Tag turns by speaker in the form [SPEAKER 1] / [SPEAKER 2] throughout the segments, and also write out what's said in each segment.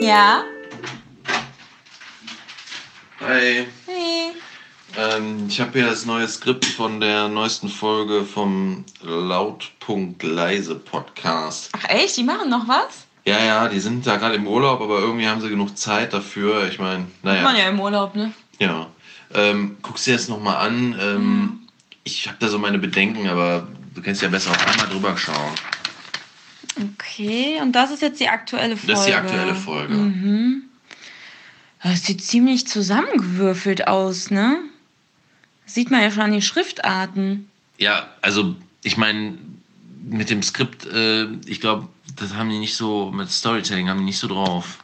[SPEAKER 1] Ja.
[SPEAKER 2] Hi.
[SPEAKER 1] Hey.
[SPEAKER 2] Ähm, ich habe hier das neue Skript von der neuesten Folge vom Lautpunkt Leise Podcast.
[SPEAKER 1] Ach echt, die machen noch was?
[SPEAKER 2] Ja, ja, die sind da gerade im Urlaub, aber irgendwie haben sie genug Zeit dafür. Ich meine,
[SPEAKER 1] Ja. Man
[SPEAKER 2] naja.
[SPEAKER 1] ja im Urlaub, ne?
[SPEAKER 2] Ja. Ähm, guck's dir das nochmal an. Ähm,
[SPEAKER 1] Mhm.
[SPEAKER 2] Ich habe da so meine Bedenken, aber du kannst ja besser auch einmal drüber schauen.
[SPEAKER 1] Okay, und das ist jetzt die aktuelle Folge.
[SPEAKER 2] Das ist die aktuelle Folge.
[SPEAKER 1] Mhm. Das sieht ziemlich zusammengewürfelt aus, ne? Das sieht man ja schon an den Schriftarten.
[SPEAKER 2] Ja, also ich meine, mit dem Skript, äh, ich glaube, das haben die nicht so, mit Storytelling haben die nicht so drauf.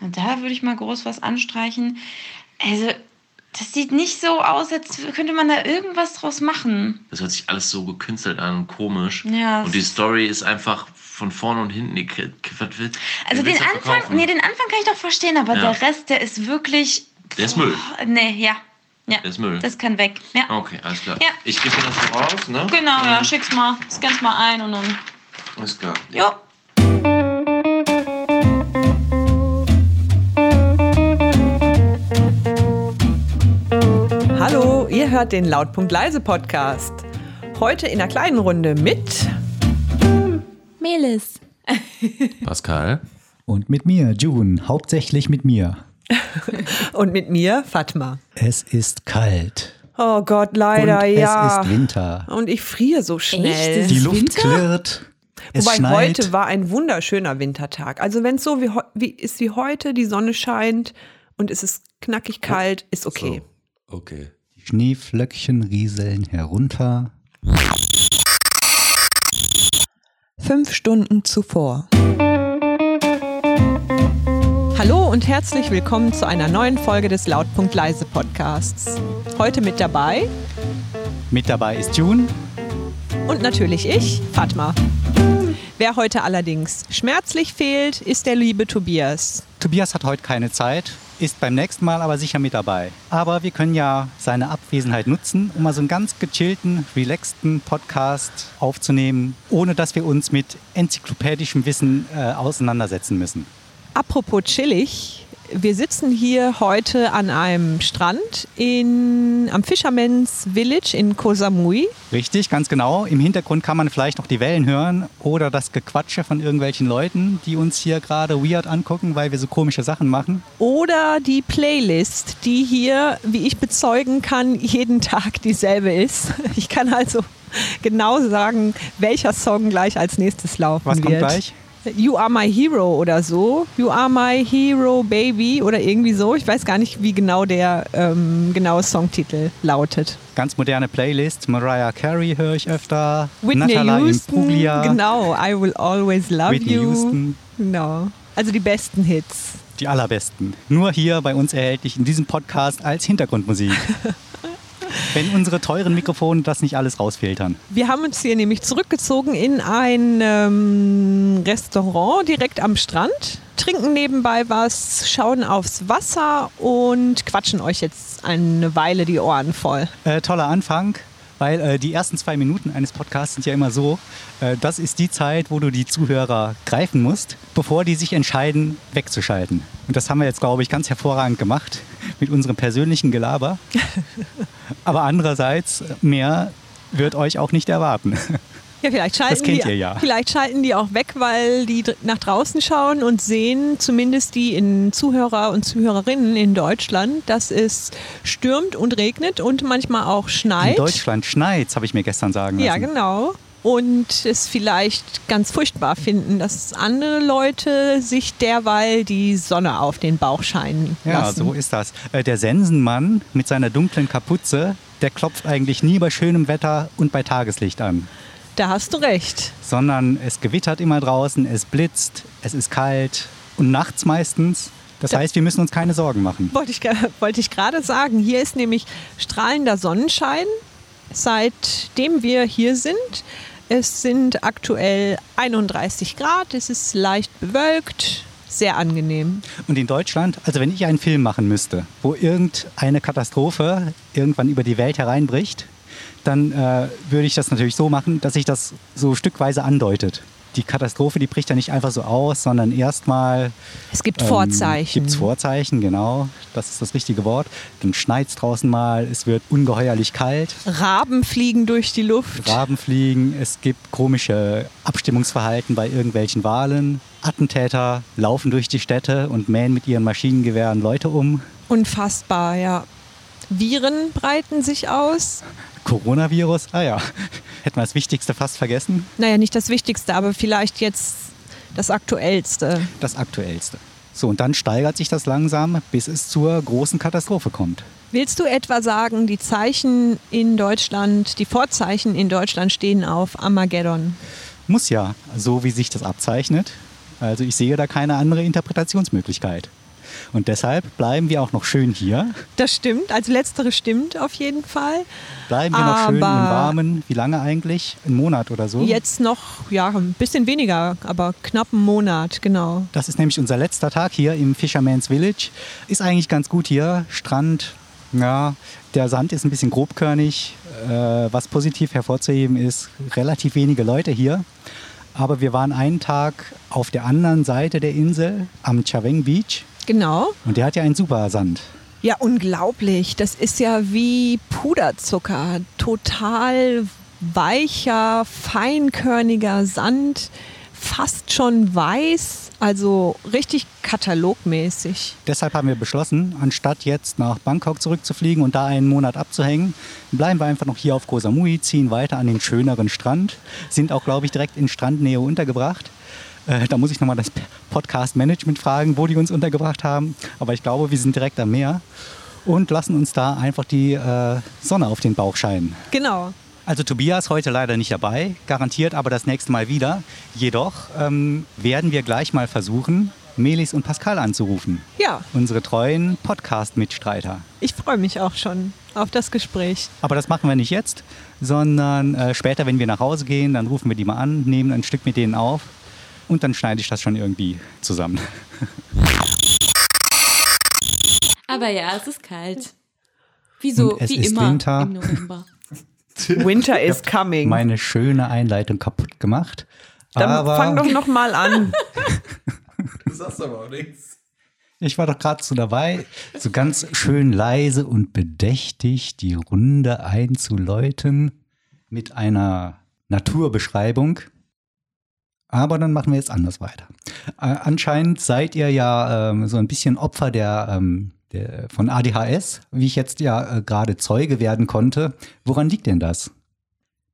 [SPEAKER 1] Und da würde ich mal groß was anstreichen. Also, das sieht nicht so aus, als könnte man da irgendwas draus machen.
[SPEAKER 2] Das hört sich alles so gekünstelt an und komisch.
[SPEAKER 1] Ja,
[SPEAKER 2] und
[SPEAKER 1] es
[SPEAKER 2] die Story ist einfach von vorne und hinten. Die, kri- was will,
[SPEAKER 1] Also
[SPEAKER 2] wer
[SPEAKER 1] den
[SPEAKER 2] will's da
[SPEAKER 1] Anfang,
[SPEAKER 2] verkaufen?
[SPEAKER 1] nee, den Anfang kann ich doch verstehen, aber
[SPEAKER 2] Ja.
[SPEAKER 1] der Rest, der ist wirklich.
[SPEAKER 2] Der ist Müll.
[SPEAKER 1] Oh, nee, ja. Ja.
[SPEAKER 2] Der ist Müll.
[SPEAKER 1] Das kann weg. Ja.
[SPEAKER 2] okay, alles klar.
[SPEAKER 1] Ja.
[SPEAKER 2] Ich gebe dir das so raus, ne?
[SPEAKER 1] Genau, ja,
[SPEAKER 2] Ähm,
[SPEAKER 1] schick's mal, scann's mal ein und dann.
[SPEAKER 2] Alles klar.
[SPEAKER 1] Jo.
[SPEAKER 3] Hallo, ihr hört den Lautpunkt Leise Podcast. Heute in einer kleinen Runde mit
[SPEAKER 4] Melis.
[SPEAKER 5] Pascal?
[SPEAKER 6] Und mit mir, June, hauptsächlich mit mir.
[SPEAKER 3] und mit mir Fatma.
[SPEAKER 6] Es ist kalt.
[SPEAKER 3] Oh Gott,
[SPEAKER 6] Und
[SPEAKER 3] leider ja.
[SPEAKER 6] es ist Winter.
[SPEAKER 3] Und ich friere so schnell.
[SPEAKER 4] Echt?
[SPEAKER 6] Die
[SPEAKER 4] ist
[SPEAKER 6] Luft
[SPEAKER 4] Winter?
[SPEAKER 6] klirrt. Es
[SPEAKER 3] Wobei
[SPEAKER 6] schneit.
[SPEAKER 3] heute war ein wunderschöner Wintertag. Also wenn es so wie, heu- wie ist wie heute, die Sonne scheint und es ist knackig kalt, ist okay.
[SPEAKER 5] So, Oh, okay.
[SPEAKER 6] Die Schneeflöckchen rieseln herunter.
[SPEAKER 7] fünf Stunden zuvor.
[SPEAKER 3] Hallo und herzlich willkommen zu einer neuen Folge des Lautpunkt Leise Podcasts. Heute mit dabei
[SPEAKER 6] Mit dabei ist June.
[SPEAKER 3] Und natürlich ich, Fatma. Wer heute allerdings schmerzlich fehlt, ist der liebe Tobias.
[SPEAKER 6] Tobias hat heute keine Zeit, ist beim nächsten Mal aber sicher mit dabei. Aber wir können ja seine Abwesenheit nutzen, um mal so einen ganz gechillten, relaxten Podcast aufzunehmen, ohne dass wir uns mit enzyklopädischem Wissen äh, auseinandersetzen müssen.
[SPEAKER 3] Apropos chillig, wir sitzen hier heute an einem Strand in, am Fisherman's Village in Koh Samui.
[SPEAKER 6] Richtig, ganz genau. Im Hintergrund kann man vielleicht noch die Wellen hören oder das Gequatsche von irgendwelchen Leuten, die uns hier gerade weird angucken, weil wir so komische Sachen machen.
[SPEAKER 3] Oder die Playlist, die hier, wie ich bezeugen kann, jeden Tag dieselbe ist. Ich kann also genau sagen, welcher Song gleich als nächstes laufen
[SPEAKER 6] Was
[SPEAKER 3] wird.
[SPEAKER 6] kommt gleich?
[SPEAKER 3] You are my hero oder so. You are my hero, baby oder irgendwie so. Ich weiß gar nicht, wie genau der ähm, genaue Songtitel lautet.
[SPEAKER 6] Ganz moderne Playlist. Mariah Carey höre ich öfter.
[SPEAKER 3] Whitney
[SPEAKER 6] Natalia
[SPEAKER 3] Houston.
[SPEAKER 6] Imbruglia.
[SPEAKER 3] Genau. I will always love
[SPEAKER 6] Whitney
[SPEAKER 3] you.
[SPEAKER 6] Houston.
[SPEAKER 3] Genau. Also die besten Hits.
[SPEAKER 6] Die allerbesten. Nur hier bei uns erhältlich in diesem Podcast als Hintergrundmusik. Wenn unsere teuren Mikrofone das nicht alles rausfiltern.
[SPEAKER 3] Wir haben uns hier nämlich zurückgezogen in ein ähm, Restaurant direkt am Strand, trinken nebenbei was, schauen aufs Wasser und quatschen euch jetzt eine Weile die Ohren voll.
[SPEAKER 6] Äh, toller Anfang, weil äh, die ersten zwei Minuten eines Podcasts sind ja immer so, äh, das ist die Zeit, wo du die Zuhörer greifen musst, bevor die sich entscheiden, wegzuschalten. Und das haben wir jetzt, glaube ich, ganz hervorragend gemacht mit unserem persönlichen Gelaber. Aber andererseits, mehr wird euch auch nicht erwarten.
[SPEAKER 3] Ja, vielleicht schalten
[SPEAKER 6] kennt
[SPEAKER 3] die,
[SPEAKER 6] ihr ja.
[SPEAKER 3] Vielleicht schalten die auch weg, weil die dr- nach draußen schauen und sehen, zumindest die in Zuhörer und Zuhörerinnen in Deutschland, dass es stürmt und regnet und manchmal auch
[SPEAKER 6] In
[SPEAKER 3] schneit.
[SPEAKER 6] Deutschland schneit's, habe ich mir gestern sagen lassen.
[SPEAKER 3] Ja, genau. Und es vielleicht ganz furchtbar finden, dass andere Leute sich derweil die Sonne auf den Bauch scheinen
[SPEAKER 6] Ja,
[SPEAKER 3] lassen.
[SPEAKER 6] so ist das. Äh, Der Sensenmann mit seiner dunklen Kapuze, der klopft eigentlich nie bei schönem Wetter und bei Tageslicht an.
[SPEAKER 3] da hast du recht.
[SPEAKER 6] sondern es gewittert immer draußen, es blitzt, es ist kalt und nachts meistens. Das heißt, wir müssen uns keine Sorgen machen.
[SPEAKER 3] Wollte ich, ge- wollte ich gerade sagen. Hier ist nämlich strahlender Sonnenschein, seitdem wir hier sind. Es sind aktuell 31 Grad, es ist leicht bewölkt, sehr angenehm.
[SPEAKER 6] Und in Deutschland, also wenn ich einen Film machen müsste, wo irgendeine Katastrophe irgendwann über die Welt hereinbricht, dann äh, würde ich das natürlich so machen, dass sich das so stückweise andeutet. die Katastrophe, die bricht ja nicht einfach so aus, sondern erstmal.
[SPEAKER 3] Es gibt
[SPEAKER 6] Ähm,
[SPEAKER 3] Vorzeichen.
[SPEAKER 6] Gibt es Vorzeichen, genau. Das ist das richtige Wort. Dann schneit es draußen mal, es wird ungeheuerlich kalt.
[SPEAKER 3] Raben fliegen durch die Luft.
[SPEAKER 6] Raben fliegen, es gibt komische Abstimmungsverhalten bei irgendwelchen Wahlen. Attentäter laufen durch die Städte und mähen mit ihren Maschinengewehren Leute um.
[SPEAKER 3] Unfassbar, ja. Viren breiten sich aus.
[SPEAKER 6] Coronavirus, ah ja, hätten wir das Wichtigste fast vergessen.
[SPEAKER 3] Naja, nicht das Wichtigste, aber vielleicht jetzt das Aktuellste.
[SPEAKER 6] Das Aktuellste. So, und dann steigert sich das langsam, bis es zur großen Katastrophe kommt.
[SPEAKER 3] Willst du etwa sagen, die Zeichen in Deutschland, die Vorzeichen in Deutschland stehen auf Armageddon?
[SPEAKER 6] Muss ja, so wie sich das abzeichnet. Also ich sehe da keine andere Interpretationsmöglichkeit. Und deshalb bleiben wir auch noch schön hier.
[SPEAKER 3] Das stimmt, also letztere stimmt auf jeden Fall.
[SPEAKER 6] Bleiben wir noch schön im
[SPEAKER 3] Aber-
[SPEAKER 6] Warmen. Wie lange eigentlich? Ein Monat oder so?
[SPEAKER 3] Jetzt noch, ja, ein bisschen weniger, aber knapp einen Monat, genau.
[SPEAKER 6] Das ist nämlich unser letzter Tag hier im Fisherman's Village. Ist eigentlich ganz gut hier. Strand, ja, der Sand ist ein bisschen grobkörnig. Äh, was positiv hervorzuheben ist, relativ wenige Leute hier. Aber wir waren einen Tag auf der anderen Seite der Insel am Chaveng Beach
[SPEAKER 3] Genau.
[SPEAKER 6] und der hat ja einen super Sand.
[SPEAKER 3] Ja, unglaublich. Das ist ja wie Puderzucker. Total weicher, feinkörniger Sand, fast schon weiß, also richtig katalogmäßig.
[SPEAKER 6] Deshalb haben wir beschlossen, anstatt jetzt nach Bangkok zurückzufliegen und da einen Monat abzuhängen, bleiben wir einfach noch hier auf Koh Samui, ziehen weiter an den schöneren Strand, sind auch, glaube ich, direkt in Strandnähe untergebracht. Äh, da muss ich nochmal das Podcast-Management fragen, wo die uns untergebracht haben. Aber ich glaube, wir sind direkt am Meer und lassen uns da einfach die äh, Sonne auf den Bauch scheinen.
[SPEAKER 3] Genau.
[SPEAKER 6] Also Tobias heute leider nicht dabei, garantiert aber das nächste Mal wieder. Jedoch ähm, werden wir gleich mal versuchen, Melis und Pascal anzurufen.
[SPEAKER 3] Ja,
[SPEAKER 6] Unsere treuen Podcast-Mitstreiter.
[SPEAKER 3] ich freue mich auch schon auf das Gespräch.
[SPEAKER 6] Aber das machen wir nicht jetzt, sondern äh, später, wenn wir nach Hause gehen, dann rufen wir die mal an, nehmen ein Stück mit denen auf und dann schneide ich das schon irgendwie zusammen.
[SPEAKER 1] Aber ja, es ist kalt. Wieso?
[SPEAKER 6] Und es
[SPEAKER 1] Wie
[SPEAKER 6] ist
[SPEAKER 1] immer
[SPEAKER 6] Winter.
[SPEAKER 1] im November.
[SPEAKER 7] Winter is coming.
[SPEAKER 6] Meine schöne Einleitung kaputt gemacht.
[SPEAKER 7] Dann
[SPEAKER 6] aber
[SPEAKER 7] fang doch noch mal an.
[SPEAKER 2] Du sagst aber auch nichts.
[SPEAKER 6] ich war doch gerade so dabei, so ganz schön leise und bedächtig die Runde einzuläuten mit einer Naturbeschreibung. Aber dann machen wir jetzt anders weiter. Äh, anscheinend seid ihr ja ähm, so ein bisschen Opfer der, ähm, der, von ADHS, wie ich jetzt ja äh, gerade Zeuge werden konnte. Woran liegt denn das?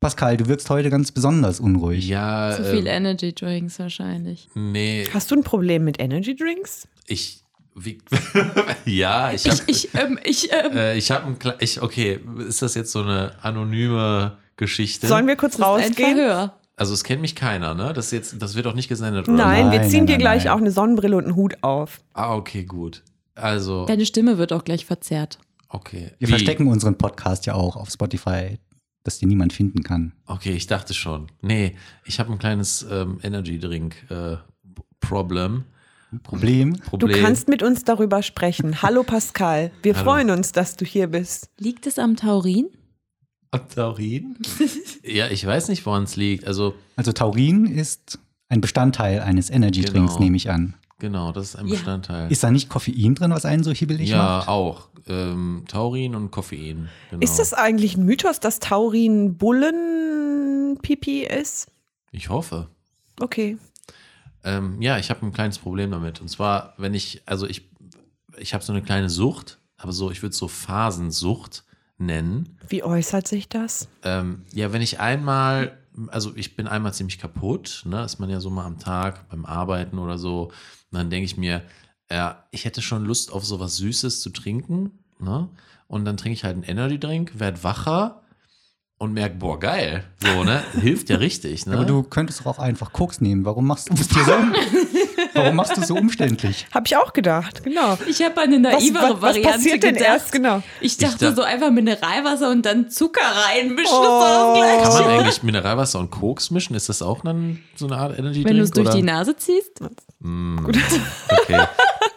[SPEAKER 6] Pascal, du wirkst heute ganz besonders unruhig.
[SPEAKER 5] Ja,
[SPEAKER 1] Zu viel
[SPEAKER 5] äh,
[SPEAKER 1] Energy Drinks wahrscheinlich.
[SPEAKER 5] nee,
[SPEAKER 7] Hast du ein Problem mit Energy Drinks?
[SPEAKER 5] ich, wie, ja, ich
[SPEAKER 1] Ich,
[SPEAKER 5] habe, ich,
[SPEAKER 1] ich, ähm, ich, ähm,
[SPEAKER 5] äh, ich habe ein, kle- ich, okay, ist das jetzt so eine anonyme Geschichte?
[SPEAKER 7] Sollen wir kurz
[SPEAKER 1] das ist ein
[SPEAKER 7] rausgehen?
[SPEAKER 1] Verhör.
[SPEAKER 5] also es kennt mich keiner, ne? Das ist jetzt, das wird auch nicht gesendet, oder?
[SPEAKER 7] Nein, wir
[SPEAKER 6] Nein,
[SPEAKER 7] ziehen
[SPEAKER 6] nein,
[SPEAKER 7] dir
[SPEAKER 6] nein,
[SPEAKER 7] gleich
[SPEAKER 6] nein.
[SPEAKER 7] auch eine Sonnenbrille und einen Hut auf.
[SPEAKER 5] Ah, okay, gut. Also,
[SPEAKER 1] Deine Stimme wird auch gleich verzerrt.
[SPEAKER 5] okay.
[SPEAKER 6] Wir
[SPEAKER 5] Wie?
[SPEAKER 6] verstecken unseren Podcast ja auch auf Spotify, dass die niemand finden kann.
[SPEAKER 5] Okay, ich dachte schon. Nee, ich habe ein kleines ähm, Energy Drink äh, Problem.
[SPEAKER 6] Problem?
[SPEAKER 7] Du
[SPEAKER 5] Problem.
[SPEAKER 7] kannst mit uns darüber sprechen. Hallo Pascal, wir
[SPEAKER 5] Hallo.
[SPEAKER 7] freuen uns, dass du hier bist.
[SPEAKER 1] Liegt es am Taurin?
[SPEAKER 5] Am Taurin? ja, ich weiß nicht, woran es liegt. Also,
[SPEAKER 6] Also Taurin ist ein Bestandteil eines Energy Drinks,
[SPEAKER 5] Genau.
[SPEAKER 6] nehme ich an.
[SPEAKER 5] genau, das ist ein
[SPEAKER 1] Ja.
[SPEAKER 5] Bestandteil.
[SPEAKER 6] Ist da nicht Koffein drin, was einen so hibbelig
[SPEAKER 5] ja,
[SPEAKER 6] macht?
[SPEAKER 5] auch. Ähm, Taurin und Koffein. Genau.
[SPEAKER 7] Ist das eigentlich ein Mythos, dass Taurin Bullenpipi ist?
[SPEAKER 5] Ich hoffe.
[SPEAKER 7] Okay.
[SPEAKER 5] Ähm, ja, ich habe ein kleines Problem damit. Und zwar, wenn ich, also ich, ich habe so eine kleine Sucht, aber so, ich würde es so Phasensucht nennen.
[SPEAKER 7] Wie äußert sich das?
[SPEAKER 5] Ähm, ja, wenn ich einmal, also ich bin einmal ziemlich kaputt, ne? ist man ja so mal am Tag beim Arbeiten oder so. Und dann denke ich mir, ja, ich hätte schon Lust auf sowas Süßes zu trinken. Ne? Und dann trinke ich halt einen Energy-Drink, werd wacher und merke, boah, geil. So, ne? Hilft ja richtig. Ne?
[SPEAKER 6] Aber du könntest doch auch einfach Koks nehmen. Warum machst du es dir so? um-, Warum machst du es so umständlich?
[SPEAKER 7] Habe ich auch gedacht, genau.
[SPEAKER 1] Ich habe an eine
[SPEAKER 7] Was,
[SPEAKER 1] naivere
[SPEAKER 7] was, was
[SPEAKER 1] Variante
[SPEAKER 7] passiert denn
[SPEAKER 1] gedacht.
[SPEAKER 7] erst? Genau.
[SPEAKER 1] Ich dachte
[SPEAKER 5] dacht-
[SPEAKER 1] so einfach Mineralwasser und dann Zucker reinmischen.
[SPEAKER 7] Oh.
[SPEAKER 1] das
[SPEAKER 5] Kann
[SPEAKER 1] war
[SPEAKER 5] man
[SPEAKER 1] gleich.
[SPEAKER 5] eigentlich Mineralwasser und Koks mischen? Ist das auch dann so eine Art Energy-Drink?
[SPEAKER 1] Wenn du es durch
[SPEAKER 5] oder?
[SPEAKER 1] die Nase ziehst,
[SPEAKER 5] Mm, Okay.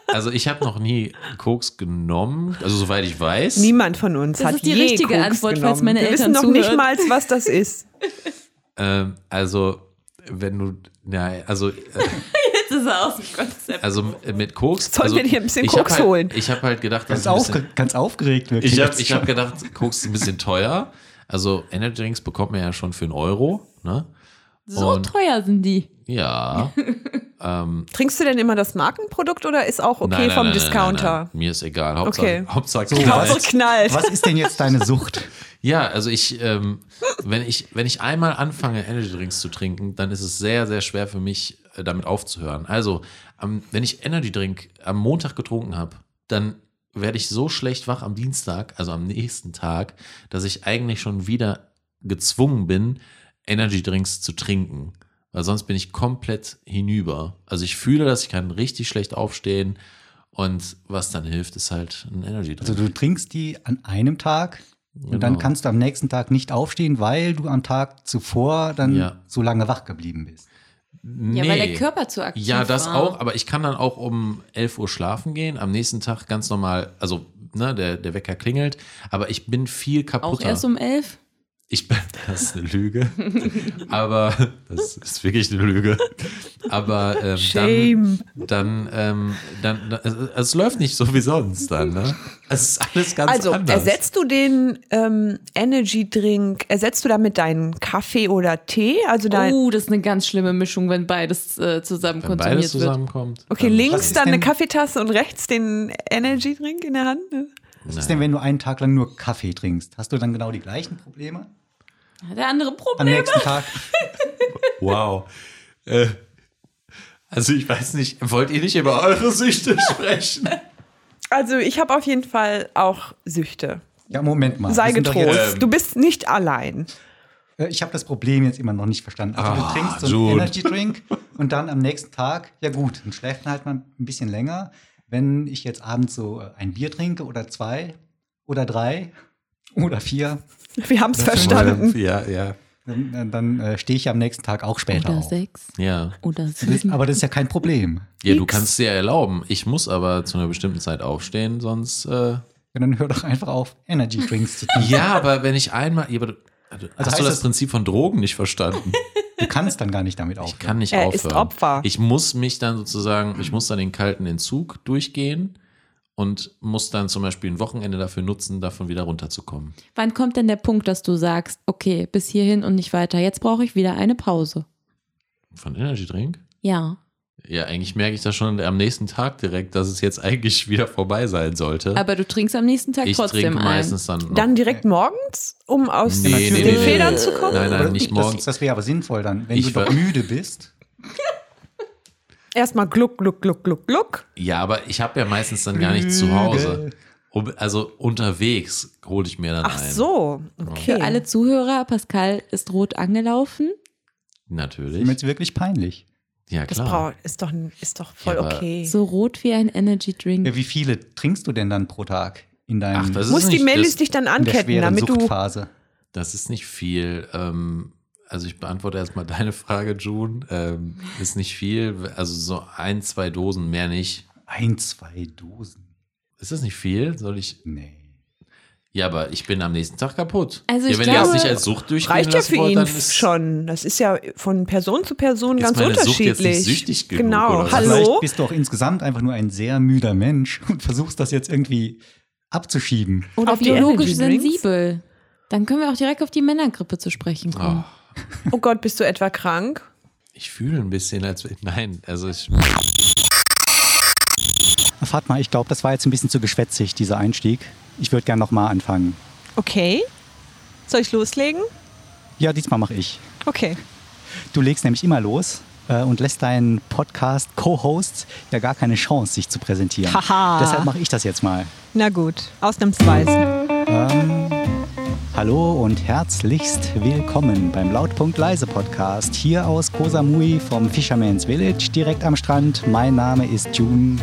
[SPEAKER 5] Also ich habe noch nie Koks genommen, also soweit ich weiß.
[SPEAKER 7] Niemand von uns
[SPEAKER 1] Das
[SPEAKER 7] hat
[SPEAKER 1] ist die
[SPEAKER 7] je
[SPEAKER 1] richtige
[SPEAKER 7] Koks
[SPEAKER 1] Antwort,
[SPEAKER 7] genommen.
[SPEAKER 1] falls meine
[SPEAKER 7] Wir
[SPEAKER 1] Eltern
[SPEAKER 7] wissen noch
[SPEAKER 1] zuhören.
[SPEAKER 7] nicht mal, was das ist.
[SPEAKER 5] Ähm, also wenn du, na, also, äh,
[SPEAKER 4] Jetzt ist er aus dem Konzept.
[SPEAKER 5] also mit Koks.
[SPEAKER 7] Sollen
[SPEAKER 5] also,
[SPEAKER 7] wir dir ein bisschen
[SPEAKER 5] ich hab
[SPEAKER 7] Koks
[SPEAKER 5] halt,
[SPEAKER 7] holen?
[SPEAKER 5] Ich habe halt gedacht, dass
[SPEAKER 6] Ganz,
[SPEAKER 5] es ein bisschen,
[SPEAKER 6] aufge ganz aufgeregt wirklich.
[SPEAKER 5] Ich habe ich hab gedacht, Koks ist ein bisschen teuer. Also Energy Drinks bekommt man ja schon für einen Euro. Ne?
[SPEAKER 4] so
[SPEAKER 5] und-
[SPEAKER 4] teuer sind die.
[SPEAKER 5] Ja. ähm,
[SPEAKER 7] Trinkst du denn immer das Markenprodukt oder ist auch okay
[SPEAKER 5] nein, nein,
[SPEAKER 7] vom
[SPEAKER 5] nein, nein,
[SPEAKER 7] Discounter?
[SPEAKER 5] nein, nein. Mir ist egal. Hauptsache,
[SPEAKER 7] Okay.
[SPEAKER 5] Hauptsache
[SPEAKER 6] So,
[SPEAKER 5] Also knallt.
[SPEAKER 7] Hauptsache knallt.
[SPEAKER 6] Was ist denn jetzt deine Sucht?
[SPEAKER 5] Ja, also ich, ähm, wenn ich, wenn ich einmal anfange, Energy Drinks zu trinken, dann ist es sehr, sehr schwer für mich, äh, damit aufzuhören. Also, am- wenn ich Energy Drink am Montag getrunken habe, dann werde ich so schlecht wach am Dienstag, also am nächsten Tag, dass ich eigentlich schon wieder gezwungen bin, Energy Drinks zu trinken. Weil sonst bin ich komplett hinüber. Also ich fühle, dass ich kann richtig schlecht aufstehen. Und was dann hilft, ist halt ein Energy Drink.
[SPEAKER 6] Also du trinkst die an einem Tag und Also, dann
[SPEAKER 5] Genau.
[SPEAKER 6] kannst du am nächsten Tag nicht aufstehen, weil du am Tag zuvor dann
[SPEAKER 5] Ja.
[SPEAKER 6] so lange wach geblieben bist.
[SPEAKER 4] Ja, weil
[SPEAKER 5] Nee.
[SPEAKER 4] der Körper zu aktiv
[SPEAKER 5] Ja, das
[SPEAKER 4] war.
[SPEAKER 5] auch, aber ich kann dann auch um 11 Uhr schlafen gehen, am nächsten Tag ganz normal, also ne, der, der Wecker klingelt, aber ich bin viel
[SPEAKER 4] Auch
[SPEAKER 5] kaputter.
[SPEAKER 4] erst um elf?
[SPEAKER 5] ich bin, das ist eine Lüge, aber das ist wirklich eine Lüge. Aber ähm,
[SPEAKER 7] Shame.
[SPEAKER 5] dann, dann, ähm, dann, dann es, es läuft nicht so wie sonst dann, ne? Es ist alles ganz
[SPEAKER 7] Also
[SPEAKER 5] anders.
[SPEAKER 7] ersetzt du den ähm, Energy Drink, ersetzt du damit deinen Kaffee oder Tee? Also dein,
[SPEAKER 4] Oh, das ist eine ganz schlimme Mischung, wenn beides äh, zusammen
[SPEAKER 5] wenn
[SPEAKER 4] konsumiert
[SPEAKER 5] beides
[SPEAKER 4] wird.
[SPEAKER 5] zusammenkommt. Ähm,
[SPEAKER 7] okay,
[SPEAKER 5] dann-
[SPEAKER 7] links
[SPEAKER 6] ist
[SPEAKER 7] dann eine
[SPEAKER 6] denn-
[SPEAKER 7] Kaffeetasse und rechts den Energy Drink in der Hand. ne?
[SPEAKER 6] Was ist denn, wenn du einen Tag lang nur Kaffee trinkst? Hast du dann genau die gleichen Probleme
[SPEAKER 4] Hat er andere
[SPEAKER 6] am
[SPEAKER 4] Probleme?
[SPEAKER 6] nächsten Tag?
[SPEAKER 5] Wow. Äh, also ich weiß nicht, wollt ihr nicht über eure Süchte sprechen?
[SPEAKER 7] Also ich habe auf jeden Fall auch Süchte.
[SPEAKER 6] Ja, Moment mal.
[SPEAKER 7] Sei
[SPEAKER 6] wir sind doch ähm, jetzt-
[SPEAKER 7] getrost, du bist nicht allein.
[SPEAKER 6] Äh, Ich habe das Problem jetzt immer noch nicht verstanden. Also
[SPEAKER 5] Ähm. Ah,
[SPEAKER 6] du trinkst so
[SPEAKER 5] Jude.
[SPEAKER 6] einen Energy Drink und dann am nächsten Tag, ja gut, dann schläft man halt mal ein bisschen länger. Wenn ich jetzt abends so äh, ein Bier trinke oder zwei oder drei oder vier,
[SPEAKER 7] Wir haben es verstanden.
[SPEAKER 5] Ja, ja.
[SPEAKER 6] dann, äh, dann äh, stehe ich am nächsten Tag auch später
[SPEAKER 4] Oder
[SPEAKER 6] auf.
[SPEAKER 4] sechs?
[SPEAKER 5] Ja.
[SPEAKER 4] Oder
[SPEAKER 6] Das,
[SPEAKER 4] sieben?
[SPEAKER 6] aber das ist ja kein Problem.
[SPEAKER 5] Ja, du kannst es dir erlauben. Ich muss aber zu einer bestimmten Zeit aufstehen, sonst. Äh
[SPEAKER 6] Ja, dann hör doch einfach auf, Energy Drinks zu trinken.
[SPEAKER 5] ja, aber wenn ich einmal. Ja, aber du, also, hast
[SPEAKER 6] heißt
[SPEAKER 5] du das
[SPEAKER 6] das-
[SPEAKER 5] Prinzip von Drogen nicht verstanden?
[SPEAKER 6] Du kannst dann gar nicht damit
[SPEAKER 5] Ich
[SPEAKER 6] aufhören.
[SPEAKER 5] kann nicht
[SPEAKER 7] Er
[SPEAKER 5] aufhören.
[SPEAKER 7] ist Opfer.
[SPEAKER 5] Ich muss mich dann sozusagen, ich muss dann den kalten Entzug durchgehen und muss dann zum Beispiel ein Wochenende dafür nutzen, davon wieder runterzukommen.
[SPEAKER 4] Wann kommt denn der Punkt, dass du sagst, okay, bis hierhin und nicht weiter, jetzt brauche ich wieder eine Pause?
[SPEAKER 5] Von Energy Drink?
[SPEAKER 4] Ja,
[SPEAKER 5] Ja, eigentlich merke ich das schon am nächsten Tag direkt, dass es jetzt eigentlich wieder vorbei sein sollte.
[SPEAKER 4] aber du trinkst am nächsten Tag
[SPEAKER 5] ich
[SPEAKER 4] trotzdem
[SPEAKER 5] trinke
[SPEAKER 4] ein.
[SPEAKER 5] meistens dann. Noch.
[SPEAKER 7] Dann direkt morgens, um aus
[SPEAKER 5] Nee, nee,
[SPEAKER 7] den
[SPEAKER 5] nee, nee.
[SPEAKER 7] Federn zu kommen?
[SPEAKER 5] Nein, nein,
[SPEAKER 6] Oder?
[SPEAKER 5] nicht
[SPEAKER 6] Das,
[SPEAKER 5] morgens.
[SPEAKER 6] das wäre aber sinnvoll dann, wenn
[SPEAKER 5] Ich
[SPEAKER 6] du doch
[SPEAKER 5] ver-
[SPEAKER 6] müde bist.
[SPEAKER 7] Erstmal gluck, gluck, gluck, gluck, gluck.
[SPEAKER 5] Ja, aber ich habe ja meistens dann gar nicht zu Hause. Um- Also unterwegs hole ich mir dann
[SPEAKER 7] Ach
[SPEAKER 5] ein.
[SPEAKER 7] so, okay.
[SPEAKER 4] Für alle Zuhörer, Pascal ist rot angelaufen.
[SPEAKER 6] Ist mir
[SPEAKER 5] Natürlich.
[SPEAKER 6] jetzt wirklich peinlich.
[SPEAKER 5] Ja,
[SPEAKER 7] Das
[SPEAKER 5] klar.
[SPEAKER 7] braucht, ist doch, ist doch voll
[SPEAKER 5] Ja, aber-
[SPEAKER 7] okay.
[SPEAKER 4] So rot wie ein Energy Drink.
[SPEAKER 6] Ja, wie viele trinkst du denn dann pro Tag in deinem
[SPEAKER 5] Ach, das ist,
[SPEAKER 7] Muss die
[SPEAKER 5] nicht,
[SPEAKER 7] Melis
[SPEAKER 5] das,
[SPEAKER 7] dich dann
[SPEAKER 6] in der
[SPEAKER 7] anketten,
[SPEAKER 6] schweren
[SPEAKER 7] damit du.
[SPEAKER 6] Suchtphase?
[SPEAKER 5] das ist nicht viel. Ähm, also ich beantworte erstmal deine Frage, June. Ähm, ist nicht viel. Also so ein, zwei Dosen, mehr nicht.
[SPEAKER 6] Ein, zwei Dosen.
[SPEAKER 5] Ist das nicht viel? Soll ich.
[SPEAKER 6] Nee.
[SPEAKER 5] Ja, aber ich bin am nächsten Tag kaputt.
[SPEAKER 4] Also
[SPEAKER 5] ja,
[SPEAKER 4] ich
[SPEAKER 5] wenn ihr das
[SPEAKER 4] glaube,
[SPEAKER 5] nicht als Sucht durchgehen
[SPEAKER 7] Reicht ja
[SPEAKER 5] lassen
[SPEAKER 7] für
[SPEAKER 5] wollt,
[SPEAKER 7] ihn
[SPEAKER 5] dann ist
[SPEAKER 7] schon. Das ist ja von Person zu Person
[SPEAKER 5] Ist
[SPEAKER 7] ganz
[SPEAKER 5] meine Sucht
[SPEAKER 7] unterschiedlich.
[SPEAKER 5] jetzt nicht süchtig genug
[SPEAKER 7] genau.
[SPEAKER 5] oder was?
[SPEAKER 7] Hallo?
[SPEAKER 6] Also Vielleicht bist du auch insgesamt einfach nur ein sehr müder Mensch und versuchst das jetzt irgendwie abzuschieben.
[SPEAKER 4] Oder
[SPEAKER 7] auf die
[SPEAKER 4] biologisch
[SPEAKER 7] Energy Drinks?
[SPEAKER 4] sensibel. Dann können wir auch direkt auf die Männergrippe zu sprechen kommen.
[SPEAKER 5] Oh,
[SPEAKER 6] Ah.
[SPEAKER 7] Oh Gott, bist du etwa krank?
[SPEAKER 5] ich fühle ein bisschen, als wenn. Nein, also ich.
[SPEAKER 6] Fatma, ich glaube, das war jetzt ein bisschen zu geschwätzig, dieser Einstieg. Ich würde gerne nochmal anfangen.
[SPEAKER 3] Okay. Soll ich loslegen?
[SPEAKER 6] Ja, diesmal mache ich.
[SPEAKER 3] Okay.
[SPEAKER 6] Du legst nämlich immer los äh, und lässt deinen Podcast-Co-Host ja gar keine Chance, sich zu präsentieren.
[SPEAKER 3] Haha.
[SPEAKER 6] Deshalb mache ich das jetzt mal.
[SPEAKER 3] Na gut, ausnahmsweise.
[SPEAKER 6] Hallo und herzlichst willkommen beim Lautpunkt Leise Podcast hier aus Kosamui vom Fisherman's Village direkt am Strand. Mein Name ist June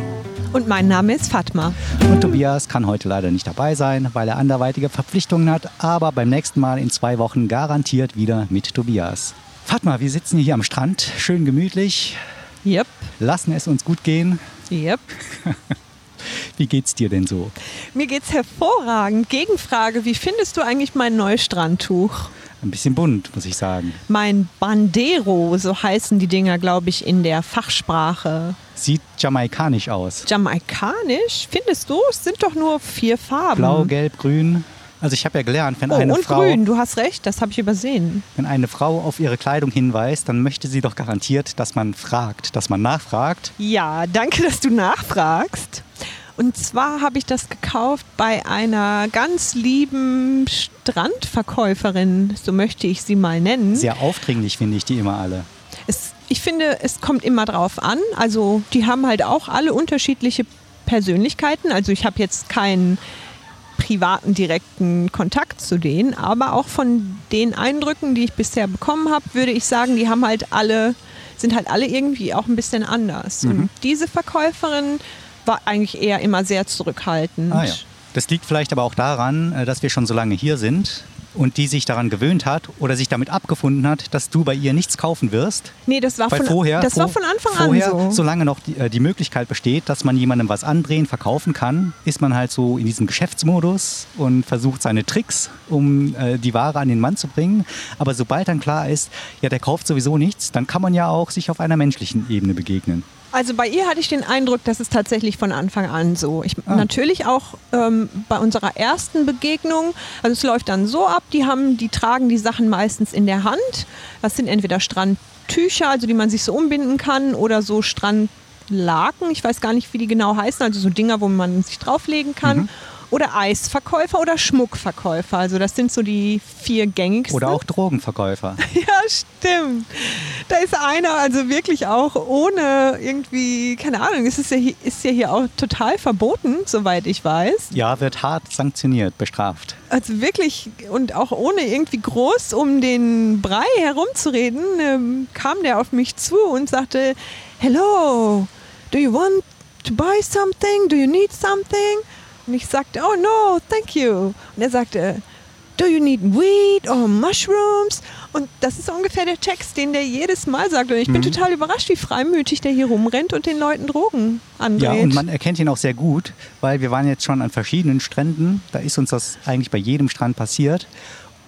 [SPEAKER 3] Und mein Name ist Fatma.
[SPEAKER 6] und Tobias kann heute leider nicht dabei sein, weil er anderweitige Verpflichtungen hat, aber beim nächsten Mal in zwei Wochen garantiert wieder mit Tobias. Fatma, wir sitzen hier am Strand, schön gemütlich,
[SPEAKER 3] Yep,
[SPEAKER 6] lassen es uns gut gehen.
[SPEAKER 3] yep.
[SPEAKER 6] Wie geht's dir denn so?
[SPEAKER 3] Mir geht's hervorragend. Gegenfrage, wie findest du eigentlich mein Neustrandtuch?
[SPEAKER 6] Ein bisschen bunt, muss ich sagen.
[SPEAKER 3] Mein Bandero, so heißen die Dinger, glaube ich, in der Fachsprache.
[SPEAKER 6] Sieht jamaikanisch aus.
[SPEAKER 3] Jamaikanisch, findest du? Es sind doch nur vier Farben.
[SPEAKER 6] Blau, gelb, grün. Also ich habe ja gelernt, wenn
[SPEAKER 3] oh,
[SPEAKER 6] eine
[SPEAKER 3] und
[SPEAKER 6] Frau
[SPEAKER 3] grün, du hast recht, das habe ich übersehen.
[SPEAKER 6] Wenn eine Frau auf ihre Kleidung hinweist, dann möchte sie doch garantiert, dass man fragt, dass man nachfragt.
[SPEAKER 3] Ja, danke, dass du nachfragst. Und zwar habe ich das gekauft bei einer ganz lieben Strandverkäuferin, so möchte ich sie mal nennen.
[SPEAKER 6] Sehr aufdringlich finde ich die immer alle.
[SPEAKER 3] Es, ich finde, es kommt immer drauf an. Also die haben halt auch alle unterschiedliche Persönlichkeiten. Also ich habe jetzt keinen privaten, direkten Kontakt zu denen, aber auch von den Eindrücken, die ich bisher bekommen habe, würde ich sagen, die haben halt alle, sind halt alle irgendwie auch ein bisschen anders.
[SPEAKER 6] Mhm.
[SPEAKER 3] Und diese Verkäuferin war eigentlich eher immer sehr zurückhaltend.
[SPEAKER 6] Ah, ja. Das liegt vielleicht aber auch daran, äh, dass wir schon so lange hier sind und die sich daran gewöhnt hat oder sich damit abgefunden hat, dass du bei ihr nichts kaufen wirst.
[SPEAKER 3] Nee, das war,
[SPEAKER 6] Weil
[SPEAKER 3] von,
[SPEAKER 6] vorher,
[SPEAKER 3] das
[SPEAKER 6] vor-
[SPEAKER 3] war von Anfang
[SPEAKER 6] vorher,
[SPEAKER 3] an so.
[SPEAKER 6] solange noch die, äh, die Möglichkeit besteht, dass man jemandem was andrehen, verkaufen kann, ist man halt so in diesem Geschäftsmodus und versucht seine Tricks, um äh, die Ware an den Mann zu bringen. Aber sobald dann klar ist, ja, der kauft sowieso nichts, dann kann man ja auch sich auf einer menschlichen Ebene begegnen.
[SPEAKER 3] Also bei ihr hatte ich den Eindruck, dass es tatsächlich von Anfang an so. Ich, Natürlich auch ähm, bei unserer ersten Begegnung. Also es läuft dann so ab, die haben, die tragen die Sachen meistens in der Hand. Das sind entweder Strandtücher, also die man sich so umbinden kann, oder so Strandlaken. Ich weiß gar nicht, wie die genau heißen. Also so Dinger, wo man sich drauflegen kann. Oder Eisverkäufer oder Schmuckverkäufer. Also das sind so die vier gängigsten.
[SPEAKER 6] Oder auch Drogenverkäufer.
[SPEAKER 3] Ja, stimmt. Da ist einer also wirklich auch ohne irgendwie, keine Ahnung, es ist ja hier, ist ja hier auch total verboten, soweit ich weiß.
[SPEAKER 6] Ja, wird hart sanktioniert, bestraft.
[SPEAKER 3] Also wirklich und auch ohne irgendwie groß um den Brei herumzureden, ähm, kam der auf mich zu und sagte, hello, do you want to buy something? Do you need something? Und ich sagte, oh no, thank you. Und er sagte, do you need weed or mushrooms? Und das ist ungefähr der Text, den der jedes Mal sagt. Und ich
[SPEAKER 6] Mhm.
[SPEAKER 3] bin total überrascht, wie freimütig der hier rumrennt und den Leuten Drogen andreht.
[SPEAKER 6] Ja, und man erkennt ihn auch sehr gut, weil wir waren jetzt schon an verschiedenen Stränden. Da ist uns das eigentlich bei jedem Strand passiert.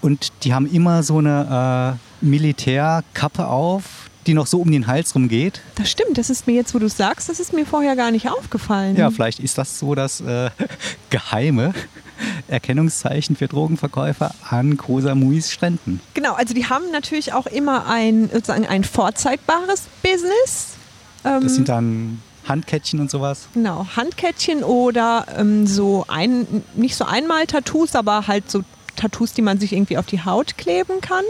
[SPEAKER 6] Und die haben immer so eine äh, Militärkappe auf, die noch so um den Hals rumgeht.
[SPEAKER 3] das stimmt, das ist mir jetzt, wo du es sagst, das ist mir vorher gar nicht aufgefallen.
[SPEAKER 6] Ja, vielleicht ist das so das äh, geheime Erkennungszeichen für Drogenverkäufer an Koh Muis Stränden.
[SPEAKER 3] Genau, also die haben natürlich auch immer ein sozusagen ein vorzeigbares Business. Ähm,
[SPEAKER 6] Das sind dann Handkettchen und sowas.
[SPEAKER 3] genau, Handkettchen oder ähm, so ein, nicht so einmal Tattoos, aber halt so Tattoos, die man sich irgendwie auf die Haut kleben kann.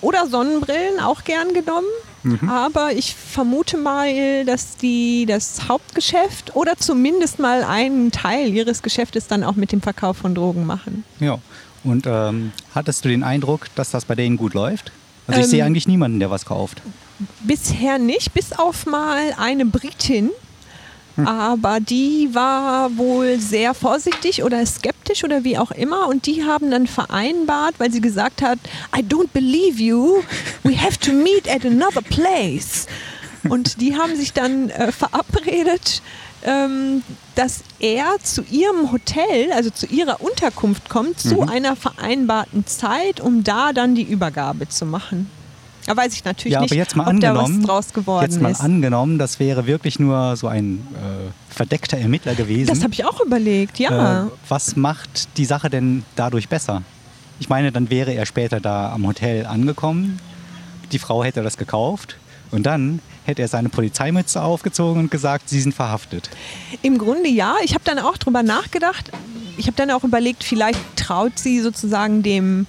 [SPEAKER 3] Oder Sonnenbrillen, auch gern genommen.
[SPEAKER 6] Mhm.
[SPEAKER 3] Aber ich vermute mal, dass die das Hauptgeschäft oder zumindest mal einen Teil ihres Geschäftes dann auch mit dem Verkauf von Drogen machen.
[SPEAKER 6] Ja. Und ähm, hattest du den Eindruck, dass das bei denen gut läuft? Also ich sehe eigentlich niemanden, der was kauft.
[SPEAKER 3] Bisher nicht, bis auf mal eine Britin. Aber die war wohl sehr vorsichtig oder skeptisch oder wie auch immer. Und die haben dann vereinbart, weil sie gesagt hat, I don't believe you, we have to meet at another place. Und die haben sich dann äh, verabredet, ähm, dass er zu ihrem Hotel, also zu ihrer Unterkunft kommt, zu
[SPEAKER 6] Mhm.
[SPEAKER 3] einer vereinbarten Zeit, um da dann die Übergabe zu machen. Da weiß ich natürlich
[SPEAKER 6] Ja,
[SPEAKER 3] nicht,
[SPEAKER 6] aber jetzt mal
[SPEAKER 3] ob da was
[SPEAKER 6] angenommen,
[SPEAKER 3] draus geworden
[SPEAKER 6] jetzt mal
[SPEAKER 3] ist.
[SPEAKER 6] angenommen, das wäre wirklich nur so ein äh, verdeckter Ermittler gewesen.
[SPEAKER 3] Das habe ich auch überlegt, ja.
[SPEAKER 6] äh, was macht die Sache denn dadurch besser? Ich meine, dann wäre er später da am Hotel angekommen, die Frau hätte das gekauft und dann hätte er seine Polizeimütze aufgezogen und gesagt, sie sind verhaftet.
[SPEAKER 3] Im Grunde ja. Ich habe dann auch drüber nachgedacht. Ich habe dann auch überlegt, vielleicht traut sie sozusagen dem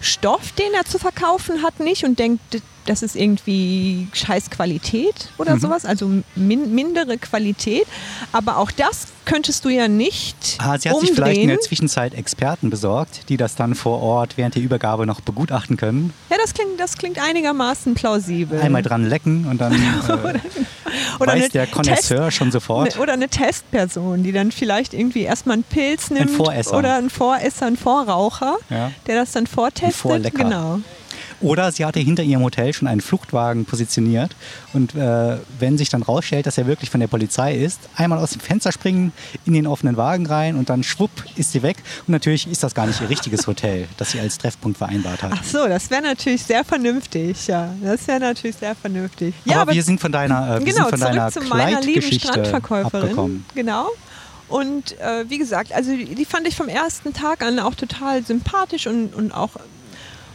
[SPEAKER 3] Stoff, den er zu verkaufen hat, nicht und denkt, das ist irgendwie scheiß Qualität
[SPEAKER 6] Mhm.
[SPEAKER 3] oder sowas, also min mindere Qualität. Aber auch das könntest du ja nicht
[SPEAKER 6] Ah, sie hat
[SPEAKER 3] umdrehen.
[SPEAKER 6] sich vielleicht in der Zwischenzeit Experten besorgt, die das dann vor Ort während der Übergabe noch begutachten können.
[SPEAKER 3] ja, das klingt, das klingt einigermaßen plausibel.
[SPEAKER 6] Einmal dran lecken und dann äh, weiß der Connoisseur schon sofort.
[SPEAKER 3] Ne, oder eine Testperson, die dann vielleicht irgendwie erstmal einen Pilz nimmt
[SPEAKER 6] Voresser.
[SPEAKER 3] oder einen Voresser, einen Vorraucher,
[SPEAKER 6] Ja.
[SPEAKER 3] der das dann vortestet.
[SPEAKER 6] Vorlecker.
[SPEAKER 3] Genau.
[SPEAKER 6] Oder sie hatte hinter ihrem Hotel schon einen Fluchtwagen positioniert und äh, wenn sich dann rausstellt, dass er wirklich von der Polizei ist, einmal aus dem Fenster springen, in den offenen Wagen rein und dann schwupp ist sie weg. Und natürlich ist das gar nicht ihr richtiges Hotel, das sie als Treffpunkt vereinbart hat.
[SPEAKER 3] Ach so, das wäre natürlich sehr vernünftig, ja. Das wäre natürlich sehr vernünftig. Ja,
[SPEAKER 6] aber, wir sind von deiner, äh, wir
[SPEAKER 3] genau,
[SPEAKER 6] sind von
[SPEAKER 3] zurück
[SPEAKER 6] deiner
[SPEAKER 3] zu meiner lieben
[SPEAKER 6] Kleidgeschichte
[SPEAKER 3] Strandverkäuferin.
[SPEAKER 6] abgekommen.
[SPEAKER 3] Genau. Und äh, wie gesagt, also die die fand ich vom ersten Tag an auch total sympathisch und, und auch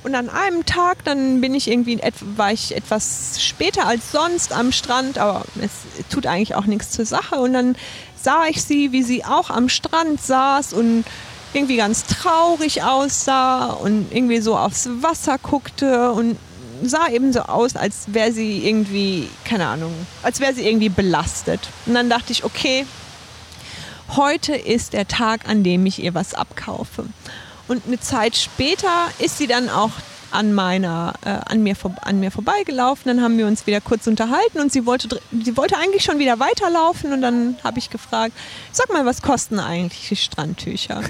[SPEAKER 3] und an einem Tag, dann bin ich irgendwie in et- war ich etwas später als sonst am Strand, aber es tut eigentlich auch nichts zur Sache. Und dann sah ich sie, wie sie auch am Strand saß und irgendwie ganz traurig aussah und irgendwie so aufs Wasser guckte und sah eben so aus, als wäre sie irgendwie, keine Ahnung, als wäre sie irgendwie belastet. Und dann dachte ich, okay, heute ist der Tag, an dem ich ihr was abkaufe. Und eine Zeit später ist sie dann auch an meiner, äh, an, mir, vor- an mir vorbeigelaufen. Dann haben wir uns wieder kurz unterhalten und sie wollte, dr- sie wollte eigentlich schon wieder weiterlaufen. Und dann habe ich gefragt, sag mal, was kosten eigentlich die Strandtücher?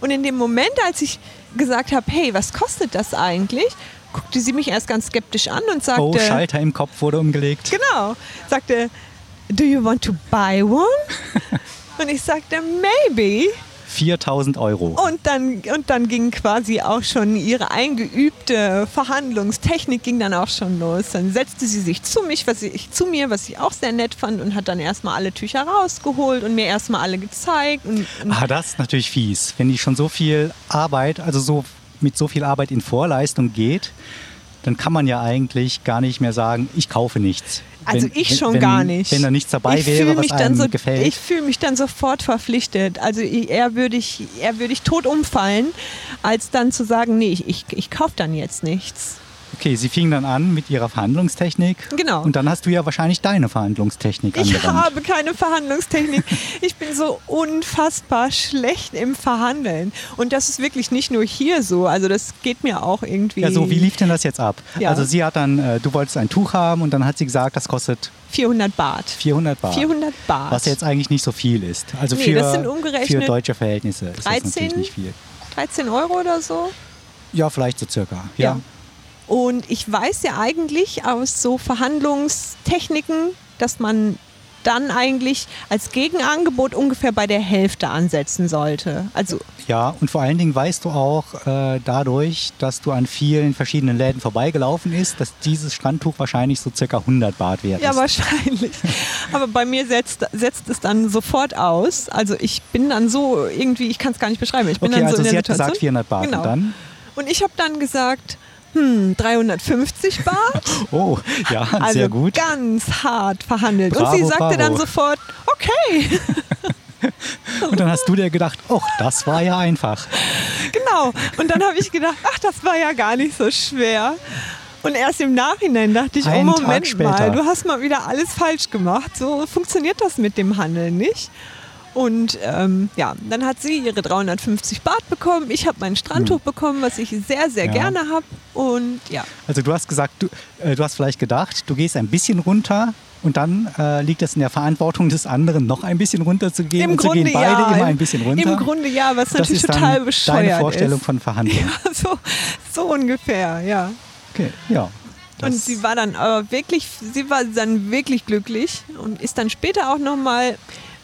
[SPEAKER 3] Und in dem Moment, als ich gesagt habe, hey, was kostet das eigentlich, guckte sie mich erst ganz skeptisch an und sagte,
[SPEAKER 6] Oh, Schalter im Kopf wurde umgelegt.
[SPEAKER 3] Genau. Sagte, do you want to buy one? Und ich sagte, maybe.
[SPEAKER 6] 4000 Euro.
[SPEAKER 3] Und dann, und dann ging quasi auch schon ihre eingeübte Verhandlungstechnik ging dann auch schon los. Dann setzte sie sich zu mich, was ich, zu mir, was ich auch sehr nett fand und hat dann erstmal alle Tücher rausgeholt und mir erstmal alle gezeigt. Und, und
[SPEAKER 6] Ah, das ist natürlich fies. Wenn die schon so viel Arbeit, also so mit so viel Arbeit in Vorleistung geht, dann kann man ja eigentlich gar nicht mehr sagen, ich kaufe nichts.
[SPEAKER 3] Also
[SPEAKER 6] Wenn-
[SPEAKER 3] ich
[SPEAKER 6] wenn-
[SPEAKER 3] schon
[SPEAKER 6] wenn,
[SPEAKER 3] gar nicht.
[SPEAKER 6] Wenn da nichts dabei
[SPEAKER 3] Ich fühl
[SPEAKER 6] wäre, was
[SPEAKER 3] mich dann
[SPEAKER 6] einem
[SPEAKER 3] so,
[SPEAKER 6] gefällt.
[SPEAKER 3] Ich fühle mich dann sofort verpflichtet. Also ich- eher würde ich, eher würde ich tot umfallen, als dann zu sagen, nee, ich, ich, ich kaufe dann jetzt nichts.
[SPEAKER 6] okay, sie fing dann an mit ihrer Verhandlungstechnik.
[SPEAKER 3] Genau.
[SPEAKER 6] Und dann hast du ja wahrscheinlich deine Verhandlungstechnik
[SPEAKER 3] Ich
[SPEAKER 6] angewandt.
[SPEAKER 3] habe keine Verhandlungstechnik. Ich bin so unfassbar schlecht im Verhandeln. Und das ist wirklich nicht nur hier so. Also das geht mir auch irgendwie
[SPEAKER 6] ja, so, wie lief denn das jetzt ab?
[SPEAKER 3] Ja.
[SPEAKER 6] Also sie hat dann, äh, du wolltest ein Tuch haben und dann hat sie gesagt, das kostet
[SPEAKER 3] 400 Baht.
[SPEAKER 6] 400 Bar.
[SPEAKER 3] 400 Baht.
[SPEAKER 6] Was jetzt eigentlich nicht so viel ist. Also
[SPEAKER 3] Nee,
[SPEAKER 6] für,
[SPEAKER 3] das sind umgerechnet
[SPEAKER 6] für deutsche Verhältnisse ist das
[SPEAKER 3] 13?
[SPEAKER 6] natürlich nicht viel.
[SPEAKER 3] 13 Euro oder so?
[SPEAKER 6] Ja, vielleicht so circa.
[SPEAKER 3] Ja.
[SPEAKER 6] Ja.
[SPEAKER 3] Und ich weiß ja eigentlich aus so Verhandlungstechniken, dass man dann eigentlich als Gegenangebot ungefähr bei der Hälfte ansetzen sollte. Also
[SPEAKER 6] ja. und vor allen Dingen weißt du auch äh, dadurch, dass du an vielen verschiedenen Läden vorbeigelaufen ist, dass dieses Strandtuch wahrscheinlich so circa 100 Baht wert
[SPEAKER 3] ja,
[SPEAKER 6] ist.
[SPEAKER 3] wahrscheinlich. Aber bei mir setzt, setzt es dann sofort aus. Also ich bin dann so irgendwie, ich kann es gar nicht beschreiben. Ich bin
[SPEAKER 6] okay,
[SPEAKER 3] dann
[SPEAKER 6] also
[SPEAKER 3] so in
[SPEAKER 6] sie
[SPEAKER 3] der
[SPEAKER 6] hat
[SPEAKER 3] Situation.
[SPEAKER 6] gesagt 400 Baht
[SPEAKER 3] Genau.
[SPEAKER 6] und dann?
[SPEAKER 3] Und ich habe dann gesagt, hm, 350 Baht.
[SPEAKER 6] Oh, ja,
[SPEAKER 3] Also
[SPEAKER 6] sehr gut.
[SPEAKER 3] ganz hart verhandelt. Und
[SPEAKER 6] Bravo,
[SPEAKER 3] sie sagte
[SPEAKER 6] bravo.
[SPEAKER 3] dann sofort, okay.
[SPEAKER 6] Und dann hast du dir gedacht, oh, das war ja einfach.
[SPEAKER 3] Genau. Und dann habe ich gedacht, ach, das war ja gar nicht so schwer. Und erst im Nachhinein dachte ich, oh
[SPEAKER 6] Einen Tag
[SPEAKER 3] Moment
[SPEAKER 6] später.
[SPEAKER 3] mal, du hast mal wieder alles falsch gemacht. So funktioniert das mit dem Handeln nicht. Und ähm, ja, dann hat sie ihre 350 Bart bekommen. Ich habe mein Strandtuch bekommen, was ich sehr, sehr
[SPEAKER 6] Hm. Ja.
[SPEAKER 3] gerne habe. Und ja,
[SPEAKER 6] Also du hast gesagt, du, äh, du hast vielleicht gedacht, du gehst ein bisschen runter und dann äh, liegt es in der Verantwortung des anderen, noch ein bisschen runter zu gehen.
[SPEAKER 3] im
[SPEAKER 6] und
[SPEAKER 3] Grunde
[SPEAKER 6] so gehen beide
[SPEAKER 3] ja.
[SPEAKER 6] immer
[SPEAKER 3] im-
[SPEAKER 6] ein bisschen runter.
[SPEAKER 3] Im Grunde ja, was
[SPEAKER 6] das
[SPEAKER 3] natürlich
[SPEAKER 6] ist
[SPEAKER 3] total
[SPEAKER 6] dann
[SPEAKER 3] bescheuert
[SPEAKER 6] deine Vorstellung
[SPEAKER 3] ist.
[SPEAKER 6] von Verhandlungen.
[SPEAKER 3] Ja, so, so ungefähr, ja.
[SPEAKER 6] Okay, ja.
[SPEAKER 3] Und
[SPEAKER 6] Das-
[SPEAKER 3] sie war dann aber wirklich, sie war dann wirklich glücklich und ist dann später auch nochmal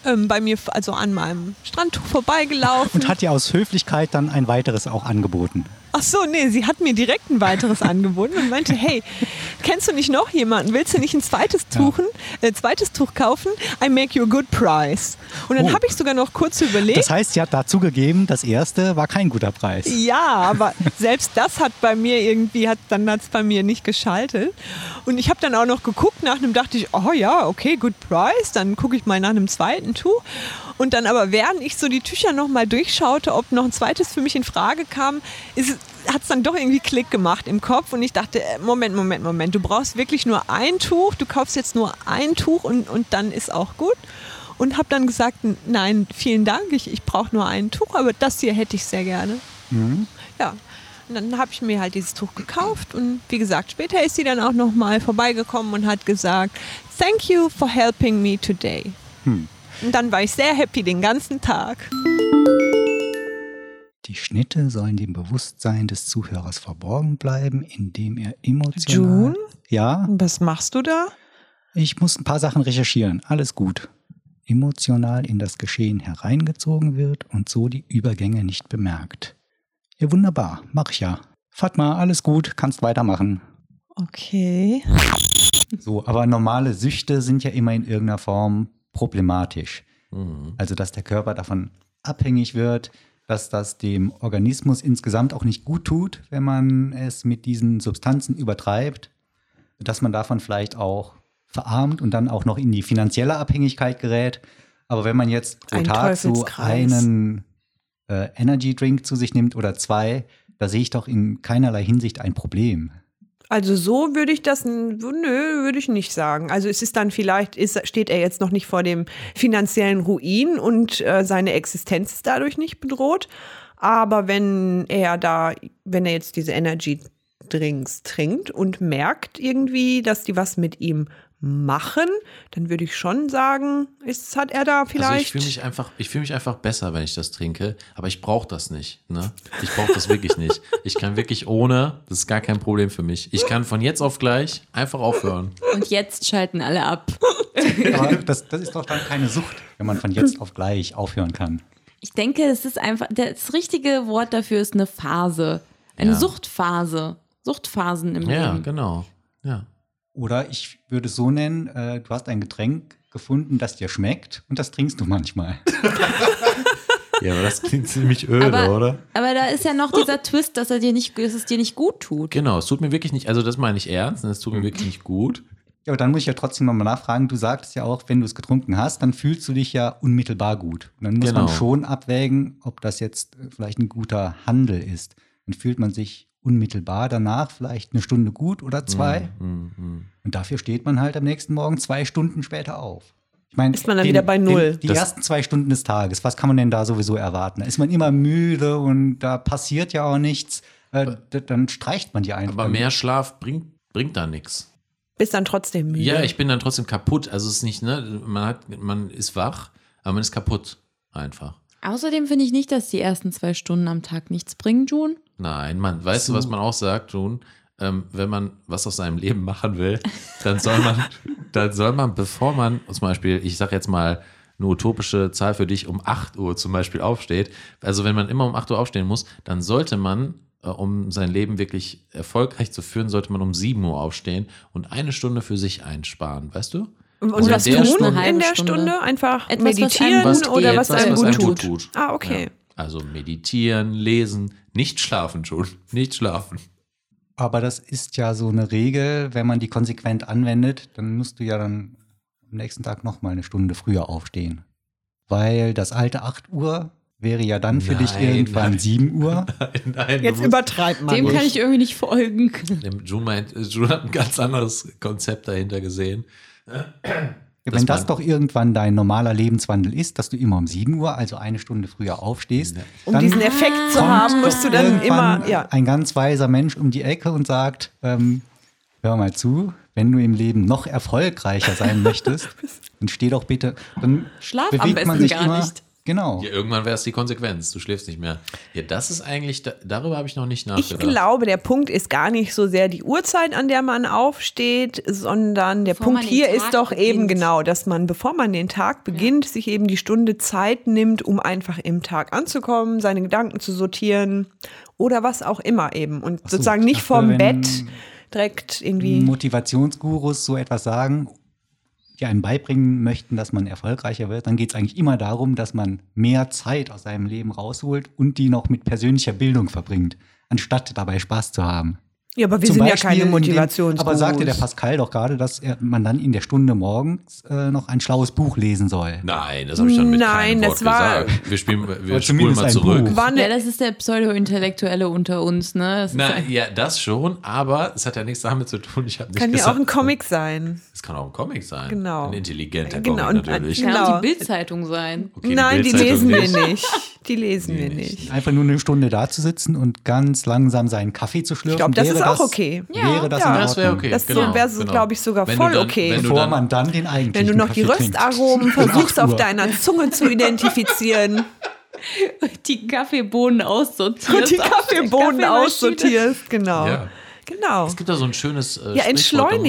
[SPEAKER 3] ähm, bei mir, also an meinem Strandtuch vorbeigelaufen.
[SPEAKER 6] und hat dir aus Höflichkeit dann ein weiteres auch angeboten.
[SPEAKER 3] Ach so, nee, sie hat mir direkt ein weiteres angeboten und meinte, hey, kennst du nicht noch jemanden? Willst du nicht ein zweites, Tuchen, äh, zweites Tuch kaufen? I make you a good price. Und dann
[SPEAKER 6] Oh.
[SPEAKER 3] habe ich sogar noch kurz überlegt.
[SPEAKER 6] Das heißt, sie hat dazu gegeben, das erste war kein guter Preis.
[SPEAKER 3] Ja, aber selbst das hat bei mir irgendwie, hat, dann hat es bei mir nicht geschaltet. Und ich habe dann auch noch geguckt nach einem, dachte ich, oh ja, okay, good price, dann gucke ich mal nach einem zweiten Tuch. Und dann aber, während ich so die Tücher nochmal durchschaute, ob noch ein zweites für mich in Frage kam, hat es dann doch irgendwie Klick gemacht im Kopf. Und ich dachte, äh, Moment, Moment, Moment, du brauchst wirklich nur ein Tuch, du kaufst jetzt nur ein Tuch und, und dann ist auch gut und habe dann gesagt, nein, vielen Dank, ich, ich brauche nur ein Tuch, aber das hier hätte ich sehr gerne. Ja. Und dann habe ich mir halt dieses Tuch gekauft und wie gesagt, später ist sie dann auch nochmal vorbeigekommen und hat gesagt, thank you for helping me today. Und dann war ich sehr happy den ganzen Tag.
[SPEAKER 6] Die Schnitte sollen dem Bewusstsein des Zuhörers verborgen bleiben, indem er emotional.
[SPEAKER 3] June?
[SPEAKER 6] Ja,
[SPEAKER 3] Was machst du da?
[SPEAKER 6] ich muss ein paar Sachen recherchieren. Alles gut. Emotional in das Geschehen hereingezogen wird und so die Übergänge nicht bemerkt. Ja, wunderbar. Mach ich ja. Fatma, alles gut. Kannst weitermachen.
[SPEAKER 3] Okay.
[SPEAKER 6] So, aber normale Süchte sind ja immer in irgendeiner Form problematisch.
[SPEAKER 5] Mhm.
[SPEAKER 6] Also, dass der Körper davon abhängig wird, dass das dem Organismus insgesamt auch nicht gut tut, wenn man es mit diesen Substanzen übertreibt, dass man davon vielleicht auch verarmt und dann auch noch in die finanzielle Abhängigkeit gerät. Aber wenn man jetzt pro
[SPEAKER 3] Ein
[SPEAKER 6] Tag so
[SPEAKER 3] Teufelskreis.
[SPEAKER 6] einen äh, Energy Drink zu sich nimmt oder zwei, da sehe ich doch in keinerlei Hinsicht ein Problem.
[SPEAKER 3] Also so würde ich das, n- nö, würde ich nicht sagen. Also es ist dann vielleicht, ist, steht er jetzt noch nicht vor dem finanziellen Ruin und äh, seine Existenz ist dadurch nicht bedroht. Aber wenn er da, wenn er jetzt diese Energy Drinks trinkt und merkt irgendwie, dass die was mit ihm machen, dann würde ich schon sagen, ist, hat er da
[SPEAKER 5] Also ich
[SPEAKER 3] vielleicht.
[SPEAKER 5] fühle mich einfach, ich fühle mich einfach besser, wenn ich das trinke, aber ich brauche das nicht. Ne? Ich brauche das wirklich nicht. Ich kann wirklich ohne, das ist gar kein Problem für mich. Ich kann von jetzt auf gleich einfach aufhören.
[SPEAKER 4] Und jetzt schalten alle ab.
[SPEAKER 6] Aber das, das ist doch dann keine Sucht, wenn man von jetzt auf gleich aufhören kann.
[SPEAKER 4] Ich denke, es ist einfach, das richtige Wort dafür ist eine Phase. Eine
[SPEAKER 5] Ja.
[SPEAKER 4] Suchtphase. Suchtphasen im
[SPEAKER 5] Ja,
[SPEAKER 4] Leben.
[SPEAKER 5] genau. Ja.
[SPEAKER 6] Oder ich würde es so nennen, äh, du hast ein Getränk gefunden, das dir schmeckt und das trinkst du manchmal.
[SPEAKER 5] Ja, aber das klingt ziemlich öde,
[SPEAKER 4] Aber-
[SPEAKER 5] oder?
[SPEAKER 4] Aber da ist ja noch dieser Twist, dass, er dir nicht, dass es dir nicht gut tut.
[SPEAKER 5] Genau, es tut mir wirklich nicht, also das meine ich ernst, ne, es tut mir wirklich nicht gut.
[SPEAKER 6] Ja, aber dann muss ich ja trotzdem nochmal nachfragen, du sagtest ja auch, wenn du es getrunken hast, dann fühlst du dich ja unmittelbar gut. Und dann muss
[SPEAKER 5] Genau.
[SPEAKER 6] man schon abwägen, ob das jetzt äh, vielleicht ein guter Handel ist. Dann fühlt man sich unmittelbar danach vielleicht eine Stunde gut oder zwei.
[SPEAKER 5] Mm, mm, mm.
[SPEAKER 6] Und dafür steht man halt am nächsten Morgen zwei Stunden später auf. Ich meine,
[SPEAKER 3] Ist man dann wieder bei Null.
[SPEAKER 6] Den, die
[SPEAKER 5] Das-
[SPEAKER 6] ersten zwei Stunden des Tages, was kann man denn da sowieso erwarten? Da ist man immer müde und da passiert ja auch nichts. Äh, d- dann streicht man die einfach.
[SPEAKER 5] Aber mehr Schlaf bringt, bringt da nichts.
[SPEAKER 3] bist dann trotzdem müde.
[SPEAKER 5] Ja, ich bin dann trotzdem kaputt. Also es ist nicht, ne, man hat, man ist wach, aber man ist kaputt einfach.
[SPEAKER 4] Außerdem finde ich nicht, dass die ersten zwei Stunden am Tag nichts bringen, June.
[SPEAKER 5] Nein, man, weißt du, was man auch sagt, Jun? Ähm, wenn man was aus seinem Leben machen will, dann soll man, dann soll man, bevor man zum Beispiel, ich sag jetzt mal, eine utopische Zahl für dich um 8 Uhr zum Beispiel aufsteht. Also wenn man immer um 8 Uhr aufstehen muss, dann sollte man, äh, um sein Leben wirklich erfolgreich zu führen, sollte man um 7 Uhr aufstehen und eine Stunde für sich einsparen, weißt du?
[SPEAKER 3] Und
[SPEAKER 5] Also in
[SPEAKER 3] was
[SPEAKER 5] der
[SPEAKER 3] tun
[SPEAKER 5] Stunde-
[SPEAKER 4] Eine halbe
[SPEAKER 3] in der
[SPEAKER 4] Stunde.
[SPEAKER 3] Stunde? Einfach
[SPEAKER 4] Etwas, was
[SPEAKER 3] meditieren
[SPEAKER 4] einem gut tut.
[SPEAKER 3] oder was
[SPEAKER 4] Etwas,
[SPEAKER 3] einem
[SPEAKER 4] was
[SPEAKER 3] gut
[SPEAKER 4] einem
[SPEAKER 3] tut.
[SPEAKER 4] gut
[SPEAKER 3] Ah, okay.
[SPEAKER 5] Ja. Also meditieren, lesen, nicht schlafen, Jun. Nicht schlafen.
[SPEAKER 6] Aber das ist ja so eine Regel, wenn man die konsequent anwendet, dann musst du ja dann am nächsten Tag nochmal eine Stunde früher aufstehen. Weil das alte 8 Uhr wäre ja dann für dich
[SPEAKER 5] Nein,
[SPEAKER 6] irgendwann
[SPEAKER 5] nein.
[SPEAKER 6] 7 Uhr.
[SPEAKER 5] Nein, nein. du
[SPEAKER 3] Jetzt
[SPEAKER 5] musst-
[SPEAKER 3] übertreibt man.
[SPEAKER 4] Dem
[SPEAKER 3] nicht.
[SPEAKER 4] kann ich irgendwie nicht folgen.
[SPEAKER 5] Dem Ju meint, äh, Ju hat ein ganz anderes Konzept dahinter gesehen.
[SPEAKER 6] Wenn
[SPEAKER 5] Das
[SPEAKER 6] das
[SPEAKER 5] war-
[SPEAKER 6] doch irgendwann dein normaler Lebenswandel ist, dass du immer um 7 Uhr, also eine Stunde früher aufstehst,
[SPEAKER 5] Ja.
[SPEAKER 3] um diesen Effekt zu haben,
[SPEAKER 6] kommt
[SPEAKER 3] musst du
[SPEAKER 6] doch
[SPEAKER 3] dann
[SPEAKER 6] irgendwann
[SPEAKER 3] immer, ja.
[SPEAKER 6] Ein ganz weiser Mensch um die Ecke und sagt, ähm, hör mal zu, wenn du im Leben noch erfolgreicher sein möchtest, dann steh doch bitte, dann
[SPEAKER 4] Schlaf am
[SPEAKER 6] bewegt man
[SPEAKER 4] besten
[SPEAKER 6] sich
[SPEAKER 4] gar
[SPEAKER 6] immer,
[SPEAKER 4] nicht.
[SPEAKER 6] Genau.
[SPEAKER 5] Ja, irgendwann wäre es die Konsequenz. Du schläfst nicht mehr. Ja, das ist eigentlich, da, darüber habe ich noch nicht nachgedacht.
[SPEAKER 3] Ich glaube, der Punkt ist gar nicht so sehr die Uhrzeit, an der man aufsteht, sondern der
[SPEAKER 4] Bevor
[SPEAKER 3] Punkt
[SPEAKER 4] man den
[SPEAKER 3] hier
[SPEAKER 4] Tag
[SPEAKER 3] ist doch eben
[SPEAKER 4] beginnt.
[SPEAKER 3] genau, dass man, bevor man den Tag beginnt, sich eben die Stunde Zeit nimmt, um einfach im Tag anzukommen, seine Gedanken zu sortieren oder was auch immer eben. Und
[SPEAKER 6] so,
[SPEAKER 3] sozusagen
[SPEAKER 6] ich
[SPEAKER 3] nicht
[SPEAKER 6] dachte,
[SPEAKER 3] vorm
[SPEAKER 6] wenn-
[SPEAKER 3] Bett direkt irgendwie.
[SPEAKER 6] Motivationsgurus so etwas sagen, die einem beibringen möchten, dass man erfolgreicher wird, dann geht es eigentlich immer darum, dass man mehr Zeit aus seinem Leben rausholt und die noch mit persönlicher Bildung verbringt, anstatt dabei Spaß zu haben.
[SPEAKER 3] Ja, aber wir
[SPEAKER 6] Zum
[SPEAKER 3] sind
[SPEAKER 6] Beispiel
[SPEAKER 3] ja keine
[SPEAKER 6] in dem-
[SPEAKER 3] Motivationsgurus.
[SPEAKER 6] Aber sagte der Pascal doch gerade, dass er, man dann in der Stunde morgens äh, noch ein schlaues Buch lesen soll.
[SPEAKER 5] Nein, das habe ich dann mit
[SPEAKER 3] Nein,
[SPEAKER 5] keinem
[SPEAKER 3] das
[SPEAKER 5] Wort
[SPEAKER 3] war-
[SPEAKER 5] gesagt. Wir spielen, wir
[SPEAKER 6] Oder
[SPEAKER 5] spulen
[SPEAKER 6] zumindest
[SPEAKER 5] mal
[SPEAKER 6] ein
[SPEAKER 5] zurück.
[SPEAKER 6] Buch.
[SPEAKER 3] War eine
[SPEAKER 4] Ja, das ist der Pseudo-Intellektuelle unter uns, ne? Das ist
[SPEAKER 5] Na,
[SPEAKER 4] ja-
[SPEAKER 5] ja, das schon, aber es hat ja nichts damit zu tun. Ich habe nicht
[SPEAKER 3] Kann ja
[SPEAKER 5] gesagt,
[SPEAKER 3] auch ein Comic sein.
[SPEAKER 5] Es kann auch ein Comic sein.
[SPEAKER 3] Genau.
[SPEAKER 5] Ein intelligenter
[SPEAKER 3] Genau,
[SPEAKER 5] Comic
[SPEAKER 3] und ein-
[SPEAKER 5] natürlich.
[SPEAKER 4] kann
[SPEAKER 3] genau.
[SPEAKER 4] auch die Bildzeitung sein.
[SPEAKER 5] Okay,
[SPEAKER 3] Nein, die
[SPEAKER 5] Bildzeitung
[SPEAKER 3] lesen wir nicht. Die lesen
[SPEAKER 5] Nee,
[SPEAKER 3] wir
[SPEAKER 5] nicht.
[SPEAKER 3] nicht.
[SPEAKER 6] Einfach nur eine Stunde da zu sitzen und ganz langsam seinen Kaffee zu schlürfen.
[SPEAKER 3] Ich glaube, das
[SPEAKER 6] wäre
[SPEAKER 3] ist auch okay.
[SPEAKER 6] Wäre das
[SPEAKER 3] Ja.
[SPEAKER 6] in
[SPEAKER 5] Das wäre
[SPEAKER 6] Ordnung.
[SPEAKER 5] okay.
[SPEAKER 3] Das
[SPEAKER 5] genau,
[SPEAKER 3] wäre so,
[SPEAKER 5] genau.
[SPEAKER 3] glaube ich, sogar
[SPEAKER 5] Wenn du
[SPEAKER 3] voll
[SPEAKER 5] dann-
[SPEAKER 3] okay.
[SPEAKER 5] Wenn du
[SPEAKER 6] Bevor
[SPEAKER 5] dann,
[SPEAKER 6] man dann den eigentlichen
[SPEAKER 3] Wenn du noch die
[SPEAKER 6] Kaffee trinkt.
[SPEAKER 3] Röstaromen
[SPEAKER 6] Um 8
[SPEAKER 3] versuchst auf
[SPEAKER 6] Uhr.
[SPEAKER 3] deiner Zunge zu identifizieren.
[SPEAKER 4] die Kaffeebohnen aussortiert.
[SPEAKER 7] Und die Kaffeebohnen aussortierst, genau.
[SPEAKER 5] Ja.
[SPEAKER 7] Genau.
[SPEAKER 5] Es gibt da so ein schönes äh,
[SPEAKER 7] Ja,
[SPEAKER 5] Sprichwort, da muss ich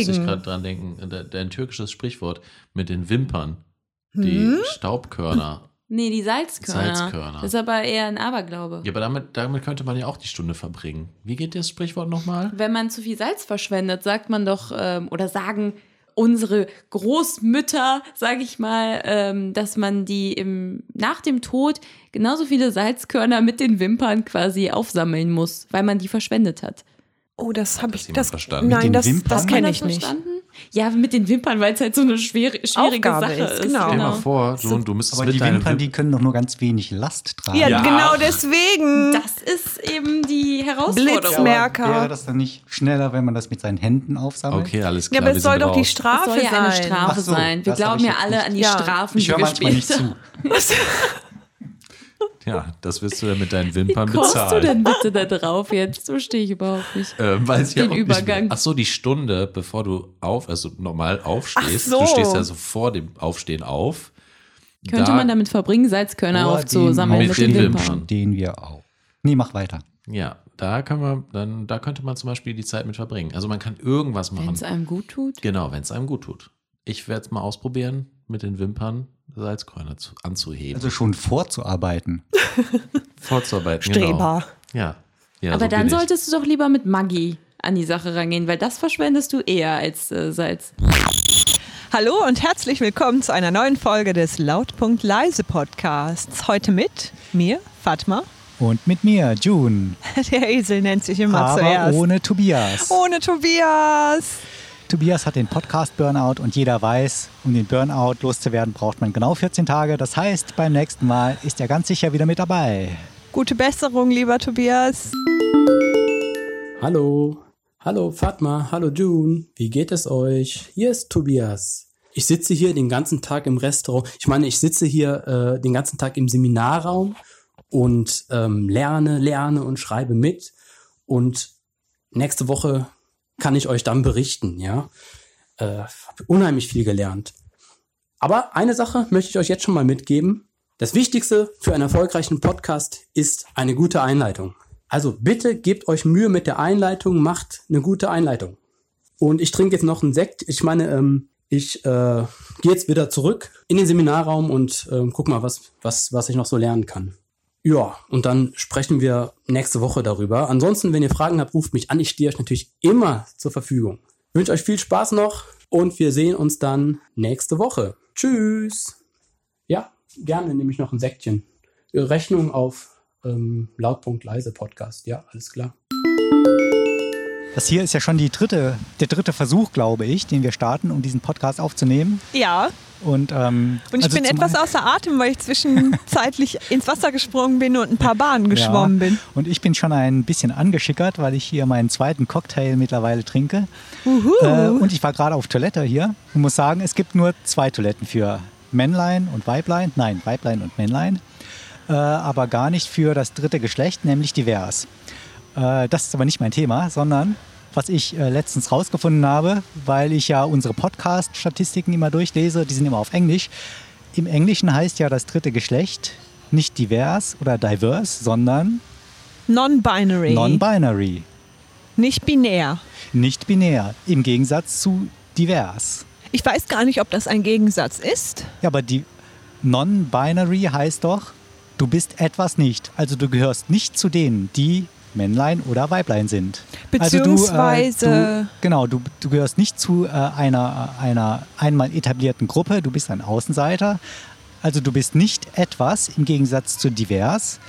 [SPEAKER 7] entschleunigen.
[SPEAKER 5] gerade dran denken. Da- da Ein türkisches Sprichwort mit den Wimpern. Die
[SPEAKER 7] Hm?
[SPEAKER 5] Staubkörner.
[SPEAKER 4] Nee, die Salzkörner.
[SPEAKER 5] Salzkörner.
[SPEAKER 4] Das ist aber eher ein Aberglaube.
[SPEAKER 5] Ja, aber damit, damit könnte man ja auch die Stunde verbringen. Wie geht das Sprichwort nochmal?
[SPEAKER 6] Genau.
[SPEAKER 4] Wenn man zu viel Salz verschwendet, sagt man doch, ähm, oder sagen unsere Großmütter, sage ich mal, ähm, dass man die im, nach dem Tod genauso viele Salzkörner mit den Wimpern quasi aufsammeln muss, weil man die verschwendet hat.
[SPEAKER 7] Oh, das habe ich
[SPEAKER 5] jemand
[SPEAKER 7] das
[SPEAKER 5] verstanden?
[SPEAKER 6] Mit den
[SPEAKER 7] Nein, das,
[SPEAKER 6] Wimpern?
[SPEAKER 7] das
[SPEAKER 6] Hat
[SPEAKER 7] kenne
[SPEAKER 4] Hat
[SPEAKER 7] ich
[SPEAKER 4] man das
[SPEAKER 7] nicht.
[SPEAKER 4] verstanden? Ja, mit den Wimpern, weil es halt so eine schwere, schwierige
[SPEAKER 7] Aufgabe
[SPEAKER 4] Sache
[SPEAKER 7] ist,
[SPEAKER 4] ist.
[SPEAKER 7] genau.
[SPEAKER 5] Stell dir
[SPEAKER 7] Genau.
[SPEAKER 5] mal vor, du, du müsstest
[SPEAKER 6] Aber
[SPEAKER 5] mit
[SPEAKER 6] die
[SPEAKER 5] deinen
[SPEAKER 6] Wimpern,
[SPEAKER 5] Wim-
[SPEAKER 6] die können doch nur ganz wenig Last tragen.
[SPEAKER 7] Ja,
[SPEAKER 5] Ja.
[SPEAKER 7] genau deswegen.
[SPEAKER 4] Das ist eben die Herausforderung.
[SPEAKER 7] Blitzmerk.
[SPEAKER 6] Wäre
[SPEAKER 7] Merker.
[SPEAKER 6] das dann nicht schneller, wenn man das mit seinen Händen aufsammelt?
[SPEAKER 5] Okay, alles
[SPEAKER 7] ja,
[SPEAKER 5] klar.
[SPEAKER 7] aber
[SPEAKER 5] wir
[SPEAKER 7] es soll
[SPEAKER 5] sind
[SPEAKER 7] doch die
[SPEAKER 5] raus.
[SPEAKER 4] Es
[SPEAKER 7] Strafe
[SPEAKER 4] soll ja eine
[SPEAKER 7] sein.
[SPEAKER 4] Strafe
[SPEAKER 6] Ach so,
[SPEAKER 4] sein. Wir
[SPEAKER 6] das hab
[SPEAKER 4] glauben
[SPEAKER 6] ich
[SPEAKER 4] ja
[SPEAKER 6] jetzt
[SPEAKER 4] alle
[SPEAKER 6] nicht.
[SPEAKER 4] an die
[SPEAKER 7] Ja.
[SPEAKER 4] Strafen,
[SPEAKER 6] Ich höre
[SPEAKER 4] die
[SPEAKER 6] manchmal nicht
[SPEAKER 4] gespielt haben.
[SPEAKER 6] zu.
[SPEAKER 5] Ja, das wirst du dann mit deinen Wimpern
[SPEAKER 4] Kommst du
[SPEAKER 5] bezahlen.
[SPEAKER 4] denn bitte da drauf jetzt? So stehe ich überhaupt nicht.
[SPEAKER 5] Ähm, weiß ich
[SPEAKER 4] Den
[SPEAKER 5] auch nicht
[SPEAKER 4] Übergang.
[SPEAKER 5] mehr. Ach so, die Stunde, bevor du auf, also normal aufstehst.
[SPEAKER 7] Ach so.
[SPEAKER 5] Du stehst ja so vor dem Aufstehen auf.
[SPEAKER 4] Könnte
[SPEAKER 5] Da-
[SPEAKER 4] man damit verbringen, Salzkörner
[SPEAKER 6] Vor
[SPEAKER 4] aufzusammeln
[SPEAKER 6] dem
[SPEAKER 4] mit den
[SPEAKER 5] Wimpern.
[SPEAKER 4] Wimpern?
[SPEAKER 6] Den wir auf. Nee, mach weiter.
[SPEAKER 5] Ja, da kann man, dann, da könnte man zum Beispiel die Zeit mit verbringen. Also man kann irgendwas
[SPEAKER 4] Wenn
[SPEAKER 5] machen.
[SPEAKER 4] es einem gut tut.
[SPEAKER 5] genau, wenn es einem gut tut. Ich werde es mal ausprobieren, mit den Wimpern Salzkörner zu, anzuheben.
[SPEAKER 6] Also schon vorzuarbeiten.
[SPEAKER 5] vorzuarbeiten.
[SPEAKER 7] Streber.
[SPEAKER 5] Genau. Ja. ja.
[SPEAKER 4] Aber
[SPEAKER 5] so bin
[SPEAKER 4] dann
[SPEAKER 5] ich.
[SPEAKER 4] solltest du doch lieber mit Maggi an die Sache rangehen, weil das verschwendest du eher als äh, Salz.
[SPEAKER 3] Hallo und herzlich willkommen zu einer neuen Folge des Lautpunkt Leise Podcasts. Heute mit mir, Fatma.
[SPEAKER 6] Und mit mir, June.
[SPEAKER 3] Der Esel nennt sich immer
[SPEAKER 6] aber
[SPEAKER 3] zuerst.
[SPEAKER 6] ohne Tobias.
[SPEAKER 4] Oh.
[SPEAKER 3] ohne Tobias.
[SPEAKER 6] Tobias hat den Podcast Burnout und jeder weiß, um den Burnout loszuwerden, braucht man genau 14 Tage. Das heißt, beim nächsten Mal ist er ganz sicher wieder mit dabei.
[SPEAKER 3] Gute Besserung, lieber Tobias.
[SPEAKER 8] Hallo. Hallo Fatma, hallo June. Wie geht es euch? Hier ist Tobias. Ich sitze hier den ganzen Tag im Restaurant. Ich meine, ich sitze hier äh, den ganzen Tag im Seminarraum und ähm, lerne, lerne und schreibe mit. Und nächste Woche kann ich euch dann berichten, ja. Äh, hab unheimlich viel gelernt. Aber eine Sache möchte ich euch jetzt schon mal mitgeben. Das Wichtigste für einen erfolgreichen Podcast ist eine gute Einleitung. Also bitte gebt euch Mühe mit der Einleitung, macht eine gute Einleitung. Und ich trinke jetzt noch einen Sekt. Ich meine, ähm, ich äh, gehe jetzt wieder zurück in den Seminarraum und ähm, guck mal, was, was, was ich noch so lernen kann. Ja, und dann sprechen wir nächste Woche darüber. Ansonsten, wenn ihr Fragen habt, ruft mich an. Ich stehe euch natürlich immer zur Verfügung. wünsche euch viel Spaß noch und wir sehen uns dann nächste Woche. Tschüss. Ja, gerne nehme ich noch ein Säckchen. Rechnung auf ähm, Lautpunkt leise Podcast. Ja, alles klar.
[SPEAKER 6] Das hier ist ja schon die dritte, der dritte Versuch, glaube ich, den wir starten, um diesen Podcast aufzunehmen.
[SPEAKER 3] Ja,
[SPEAKER 6] Und, ähm,
[SPEAKER 3] und ich
[SPEAKER 6] also
[SPEAKER 3] bin
[SPEAKER 6] zum
[SPEAKER 3] etwas
[SPEAKER 6] einen-
[SPEAKER 3] außer Atem, weil ich zwischenzeitlich ins Wasser gesprungen bin und ein paar Bahnen geschwommen bin.
[SPEAKER 6] Und ich bin schon ein bisschen angeschickert, weil ich hier meinen zweiten Cocktail mittlerweile trinke.
[SPEAKER 3] Uhu.
[SPEAKER 6] Äh, und ich war gerade auf Toilette hier und muss sagen, es gibt nur zwei Toiletten für Männlein und Weiblein. Nein, Weiblein und Männlein. Äh, aber gar nicht für das dritte Geschlecht, nämlich divers. Äh, das ist aber nicht mein Thema, sondern was ich äh, letztens rausgefunden habe, weil ich ja unsere Podcast-Statistiken immer durchlese, die sind immer auf Englisch. Im Englischen heißt ja das dritte Geschlecht nicht divers oder diverse, sondern
[SPEAKER 3] Non-binary.
[SPEAKER 6] non-binary,
[SPEAKER 3] nicht binär.
[SPEAKER 6] nicht binär, im Gegensatz zu divers.
[SPEAKER 3] Ich weiß gar nicht, ob das ein Gegensatz ist.
[SPEAKER 6] Ja, aber die Non-Binary heißt doch, du bist etwas nicht. Also du gehörst nicht zu denen, die Männlein oder Weiblein sind. also du, äh,
[SPEAKER 3] Beziehungsweise-
[SPEAKER 6] du, genau, du, du gehörst nicht zu äh, einer, einer einmal etablierten Gruppe, du bist ein Außenseiter. Also du bist nicht etwas im Gegensatz zu divers,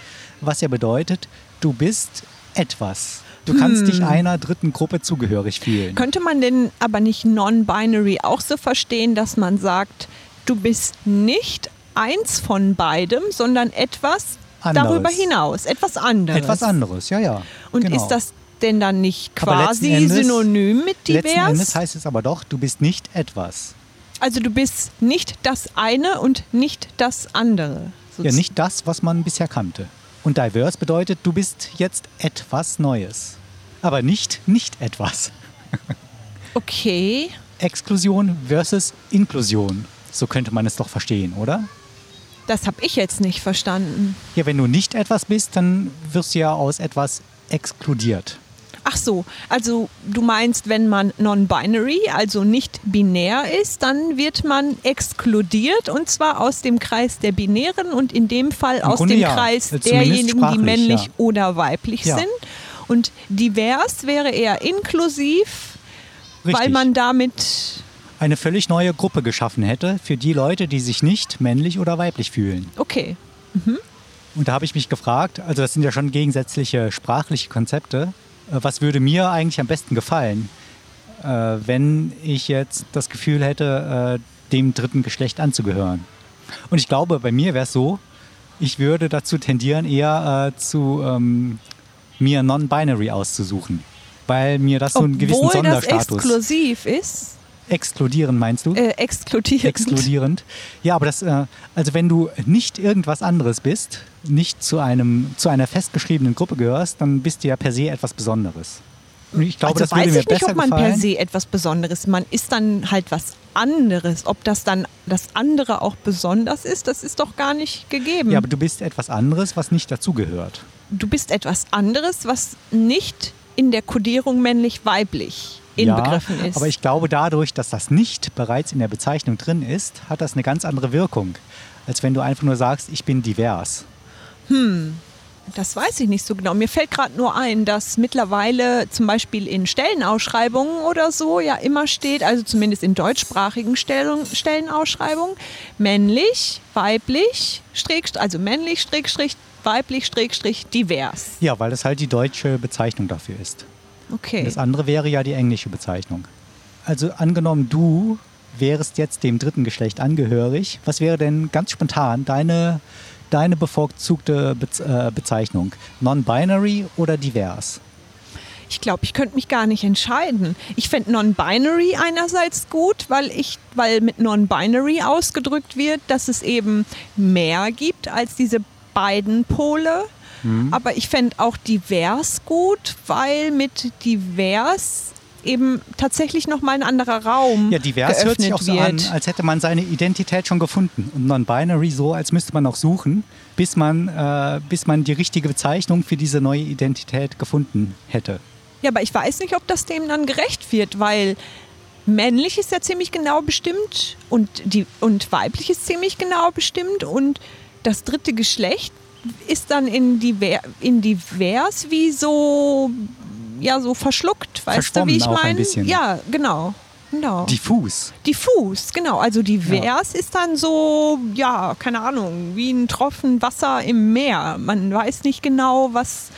[SPEAKER 6] was ja bedeutet, du bist etwas. Du
[SPEAKER 3] Hm.
[SPEAKER 6] kannst dich einer dritten Gruppe zugehörig fühlen.
[SPEAKER 3] Könnte man denn aber nicht non-binary auch so verstehen, dass man sagt, du bist nicht eins von beidem, sondern etwas
[SPEAKER 6] Anderes.
[SPEAKER 3] darüber hinaus, etwas anderes.
[SPEAKER 6] Etwas anderes, ja, ja.
[SPEAKER 3] Und
[SPEAKER 6] genau.
[SPEAKER 3] ist das denn dann nicht
[SPEAKER 6] Aber letzten
[SPEAKER 3] quasi
[SPEAKER 6] Endes-
[SPEAKER 3] synonym mit
[SPEAKER 6] Letzten Endes
[SPEAKER 3] divers?
[SPEAKER 6] heißt es aber doch, du bist nicht etwas.
[SPEAKER 3] Also du bist nicht das eine und nicht das andere.
[SPEAKER 6] Ja, nicht das, was man bisher kannte. Und diverse bedeutet, du bist jetzt etwas Neues. Aber nicht nicht etwas.
[SPEAKER 3] Okay.
[SPEAKER 6] Exklusion versus Inklusion. So könnte man es doch verstehen, oder?
[SPEAKER 3] Das habe ich jetzt nicht verstanden.
[SPEAKER 6] Ja, wenn du nicht etwas bist, dann wirst du ja aus etwas exkludiert.
[SPEAKER 3] Ach so, also du meinst, wenn man non-binary, also nicht binär ist, dann wird man exkludiert und zwar aus dem Kreis der Binären und in dem Fall aus
[SPEAKER 6] Grunde
[SPEAKER 3] dem
[SPEAKER 6] ja.
[SPEAKER 3] Kreis
[SPEAKER 6] Zumindest
[SPEAKER 3] derjenigen, die
[SPEAKER 6] sprachlich,
[SPEAKER 3] männlich
[SPEAKER 6] ja.
[SPEAKER 3] oder weiblich
[SPEAKER 6] Ja.
[SPEAKER 3] sind. Und divers wäre eher inklusiv,
[SPEAKER 6] Richtig.
[SPEAKER 3] weil man damit.
[SPEAKER 6] eine völlig neue Gruppe geschaffen hätte für die Leute, die sich nicht männlich oder weiblich fühlen.
[SPEAKER 3] Okay,
[SPEAKER 6] Und da habe ich mich gefragt, also das sind ja schon gegensätzliche sprachliche Konzepte, äh, was würde mir eigentlich am besten gefallen, äh, wenn ich jetzt das Gefühl hätte, äh, dem dritten Geschlecht anzugehören. Und ich glaube, bei mir wäre es so, ich würde dazu tendieren, eher äh, zu ähm, mir non-binary auszusuchen, weil mir das so einen gewissen
[SPEAKER 3] obwohl das
[SPEAKER 6] Sonderstatus...
[SPEAKER 3] exklusiv ist,
[SPEAKER 6] Exkludieren meinst du?
[SPEAKER 3] äh, exkludierend.
[SPEAKER 6] exkludierend. Ja, aber das, äh, also wenn du nicht irgendwas anderes bist, nicht zu einem, zu einer festgeschriebenen Gruppe gehörst, dann bist du ja per se etwas Besonderes. Und ich glaube,
[SPEAKER 3] also
[SPEAKER 6] das würde
[SPEAKER 3] weiß
[SPEAKER 6] mir
[SPEAKER 3] ich nicht,
[SPEAKER 6] besser
[SPEAKER 3] ob man
[SPEAKER 6] gefallen.
[SPEAKER 3] per se etwas Besonderes. Man ist dann halt was anderes. Ob das dann das andere auch besonders ist, das ist doch gar nicht gegeben.
[SPEAKER 6] ja, aber du bist etwas anderes, was nicht dazugehört.
[SPEAKER 3] du bist etwas anderes, was nicht in der Kodierung männlich-weiblich inbegriffen
[SPEAKER 6] ja,
[SPEAKER 3] ist.
[SPEAKER 6] Aber ich glaube, dadurch, dass das nicht bereits in der Bezeichnung drin ist, hat das eine ganz andere Wirkung, als wenn du einfach nur sagst, ich bin divers.
[SPEAKER 3] Das weiß ich nicht so genau. Mir fällt gerade nur ein, dass mittlerweile zum Beispiel in Stellenausschreibungen oder so ja immer steht, also zumindest in deutschsprachigen Stellung, Stellenausschreibungen, männlich, weiblich, Strich, also männlich, Strich, weiblich, Strich, divers.
[SPEAKER 6] Ja, weil das halt die deutsche Bezeichnung dafür ist.
[SPEAKER 3] Okay.
[SPEAKER 6] Das andere wäre ja die englische Bezeichnung. Also angenommen, du wärst jetzt dem dritten Geschlecht angehörig, was wäre denn ganz spontan deine, deine bevorzugte Bez äh, Bezeichnung? Non-binary oder divers?
[SPEAKER 3] Ich glaube, ich könnte mich gar nicht entscheiden. Ich fände Non-Binary einerseits gut, weil, ich, weil mit Non-Binary ausgedrückt wird, dass es eben mehr gibt als diese beiden Pole.
[SPEAKER 6] Mhm.
[SPEAKER 3] Aber ich fände auch divers gut, weil mit divers eben tatsächlich nochmal ein anderer Raum
[SPEAKER 6] Ja, divers hört sich
[SPEAKER 3] geöffnet
[SPEAKER 6] auch so an,
[SPEAKER 3] wird.
[SPEAKER 6] als hätte man seine Identität schon gefunden. Und non-binary so, als müsste man noch suchen, bis man, äh, bis man die richtige Bezeichnung für diese neue Identität gefunden hätte.
[SPEAKER 3] Ja, aber ich weiß nicht, ob das dem dann gerecht wird, weil männlich ist ja ziemlich genau bestimmt und, die, und weiblich ist ziemlich genau bestimmt und das dritte Geschlecht ist dann in, diver, in divers wie so, ja, so verschluckt, weißt du,
[SPEAKER 6] Verschwommen
[SPEAKER 3] wie ich
[SPEAKER 6] auch ein
[SPEAKER 3] meine?
[SPEAKER 6] bisschen. ne?
[SPEAKER 3] Ja, genau. genau.
[SPEAKER 6] Diffus.
[SPEAKER 3] Diffus, genau. Also divers ist dann so, ja, keine Ahnung, wie ein Tropfen Wasser im Meer. Man weiß nicht genau, was,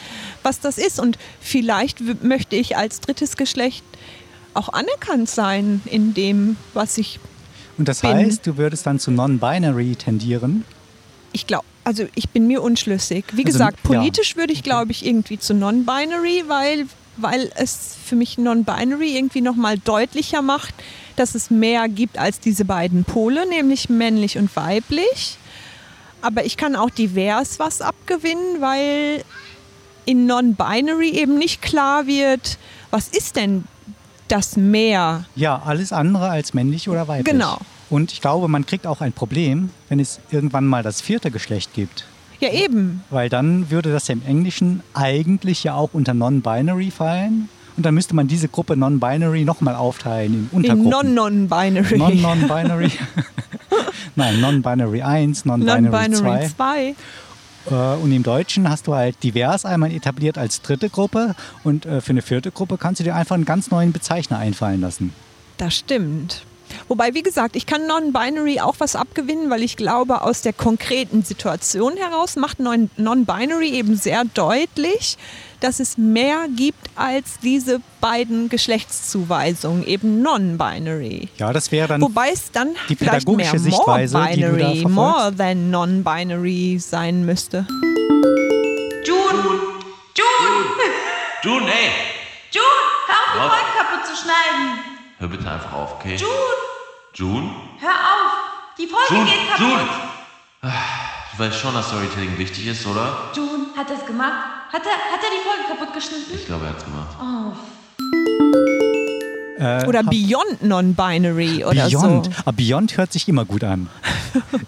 [SPEAKER 3] was das ist. Und vielleicht w- möchte ich als drittes Geschlecht auch anerkannt sein in dem, was ich,
[SPEAKER 6] Und das
[SPEAKER 3] Bin.
[SPEAKER 6] heißt, du würdest dann zu non-binary tendieren.
[SPEAKER 3] ich glaube, also ich bin mir unschlüssig. Wie
[SPEAKER 6] Also,
[SPEAKER 3] gesagt,
[SPEAKER 6] ja.
[SPEAKER 3] politisch würde ich, glaube ich, irgendwie zu non-binary, weil, weil es für mich non-binary irgendwie nochmal deutlicher macht, dass es mehr gibt als diese beiden Pole, nämlich männlich und weiblich. Aber ich kann auch divers was abgewinnen, weil in non-binary eben nicht klar wird, was ist denn das mehr?
[SPEAKER 6] Ja, alles andere als männlich oder weiblich.
[SPEAKER 3] Genau.
[SPEAKER 6] Und ich glaube, man kriegt auch ein Problem, wenn es irgendwann mal das vierte Geschlecht gibt.
[SPEAKER 3] Ja, eben.
[SPEAKER 6] Weil dann würde das ja im Englischen eigentlich ja auch unter Non-Binary fallen. Und dann müsste man diese Gruppe Non-Binary nochmal aufteilen in
[SPEAKER 3] In
[SPEAKER 6] Untergruppen.
[SPEAKER 3] non-non-binary.
[SPEAKER 6] Non-Non-Binary. Nein, Non-Binary 1, Non-Binary 2.
[SPEAKER 3] Non-binary 2.
[SPEAKER 6] Äh, Und im Deutschen hast du halt divers einmal etabliert als dritte Gruppe. Und äh, für eine vierte Gruppe kannst du dir einfach einen ganz neuen Bezeichner einfallen lassen.
[SPEAKER 3] Das stimmt. Wobei, wie gesagt, ich kann Non-Binary auch was abgewinnen, weil ich glaube, aus der konkreten Situation heraus macht Non- Non-Binary eben sehr deutlich, dass es mehr gibt als diese beiden Geschlechtszuweisungen, eben Non-Binary.
[SPEAKER 6] Ja, das wäre dann
[SPEAKER 3] Wobei es dann
[SPEAKER 6] die
[SPEAKER 3] vielleicht mehr
[SPEAKER 6] pädagogische Sichtweise, die du da
[SPEAKER 3] more-binary,
[SPEAKER 6] verfolgst?
[SPEAKER 3] more than non-binary sein müsste.
[SPEAKER 1] June! June!
[SPEAKER 5] June, ey!
[SPEAKER 1] June! Hör auf, die Folge kaputt zu schneiden!
[SPEAKER 5] Hör bitte einfach auf, okay?
[SPEAKER 1] June!
[SPEAKER 5] June?
[SPEAKER 1] Hör auf! Die Folge
[SPEAKER 5] June,
[SPEAKER 1] geht
[SPEAKER 5] June!
[SPEAKER 1] kaputt!
[SPEAKER 5] Ah, Du weißt schon, dass Storytelling wichtig ist, oder?
[SPEAKER 1] June, hat das gemacht? Hat er, hat er die Folge kaputt geschnitten?
[SPEAKER 5] Ich glaube, er hat's gemacht.
[SPEAKER 6] Äh,
[SPEAKER 3] Oder beyond non-binary oder
[SPEAKER 6] Beyond.
[SPEAKER 3] so.
[SPEAKER 6] Ah, Beyond hört sich immer gut an.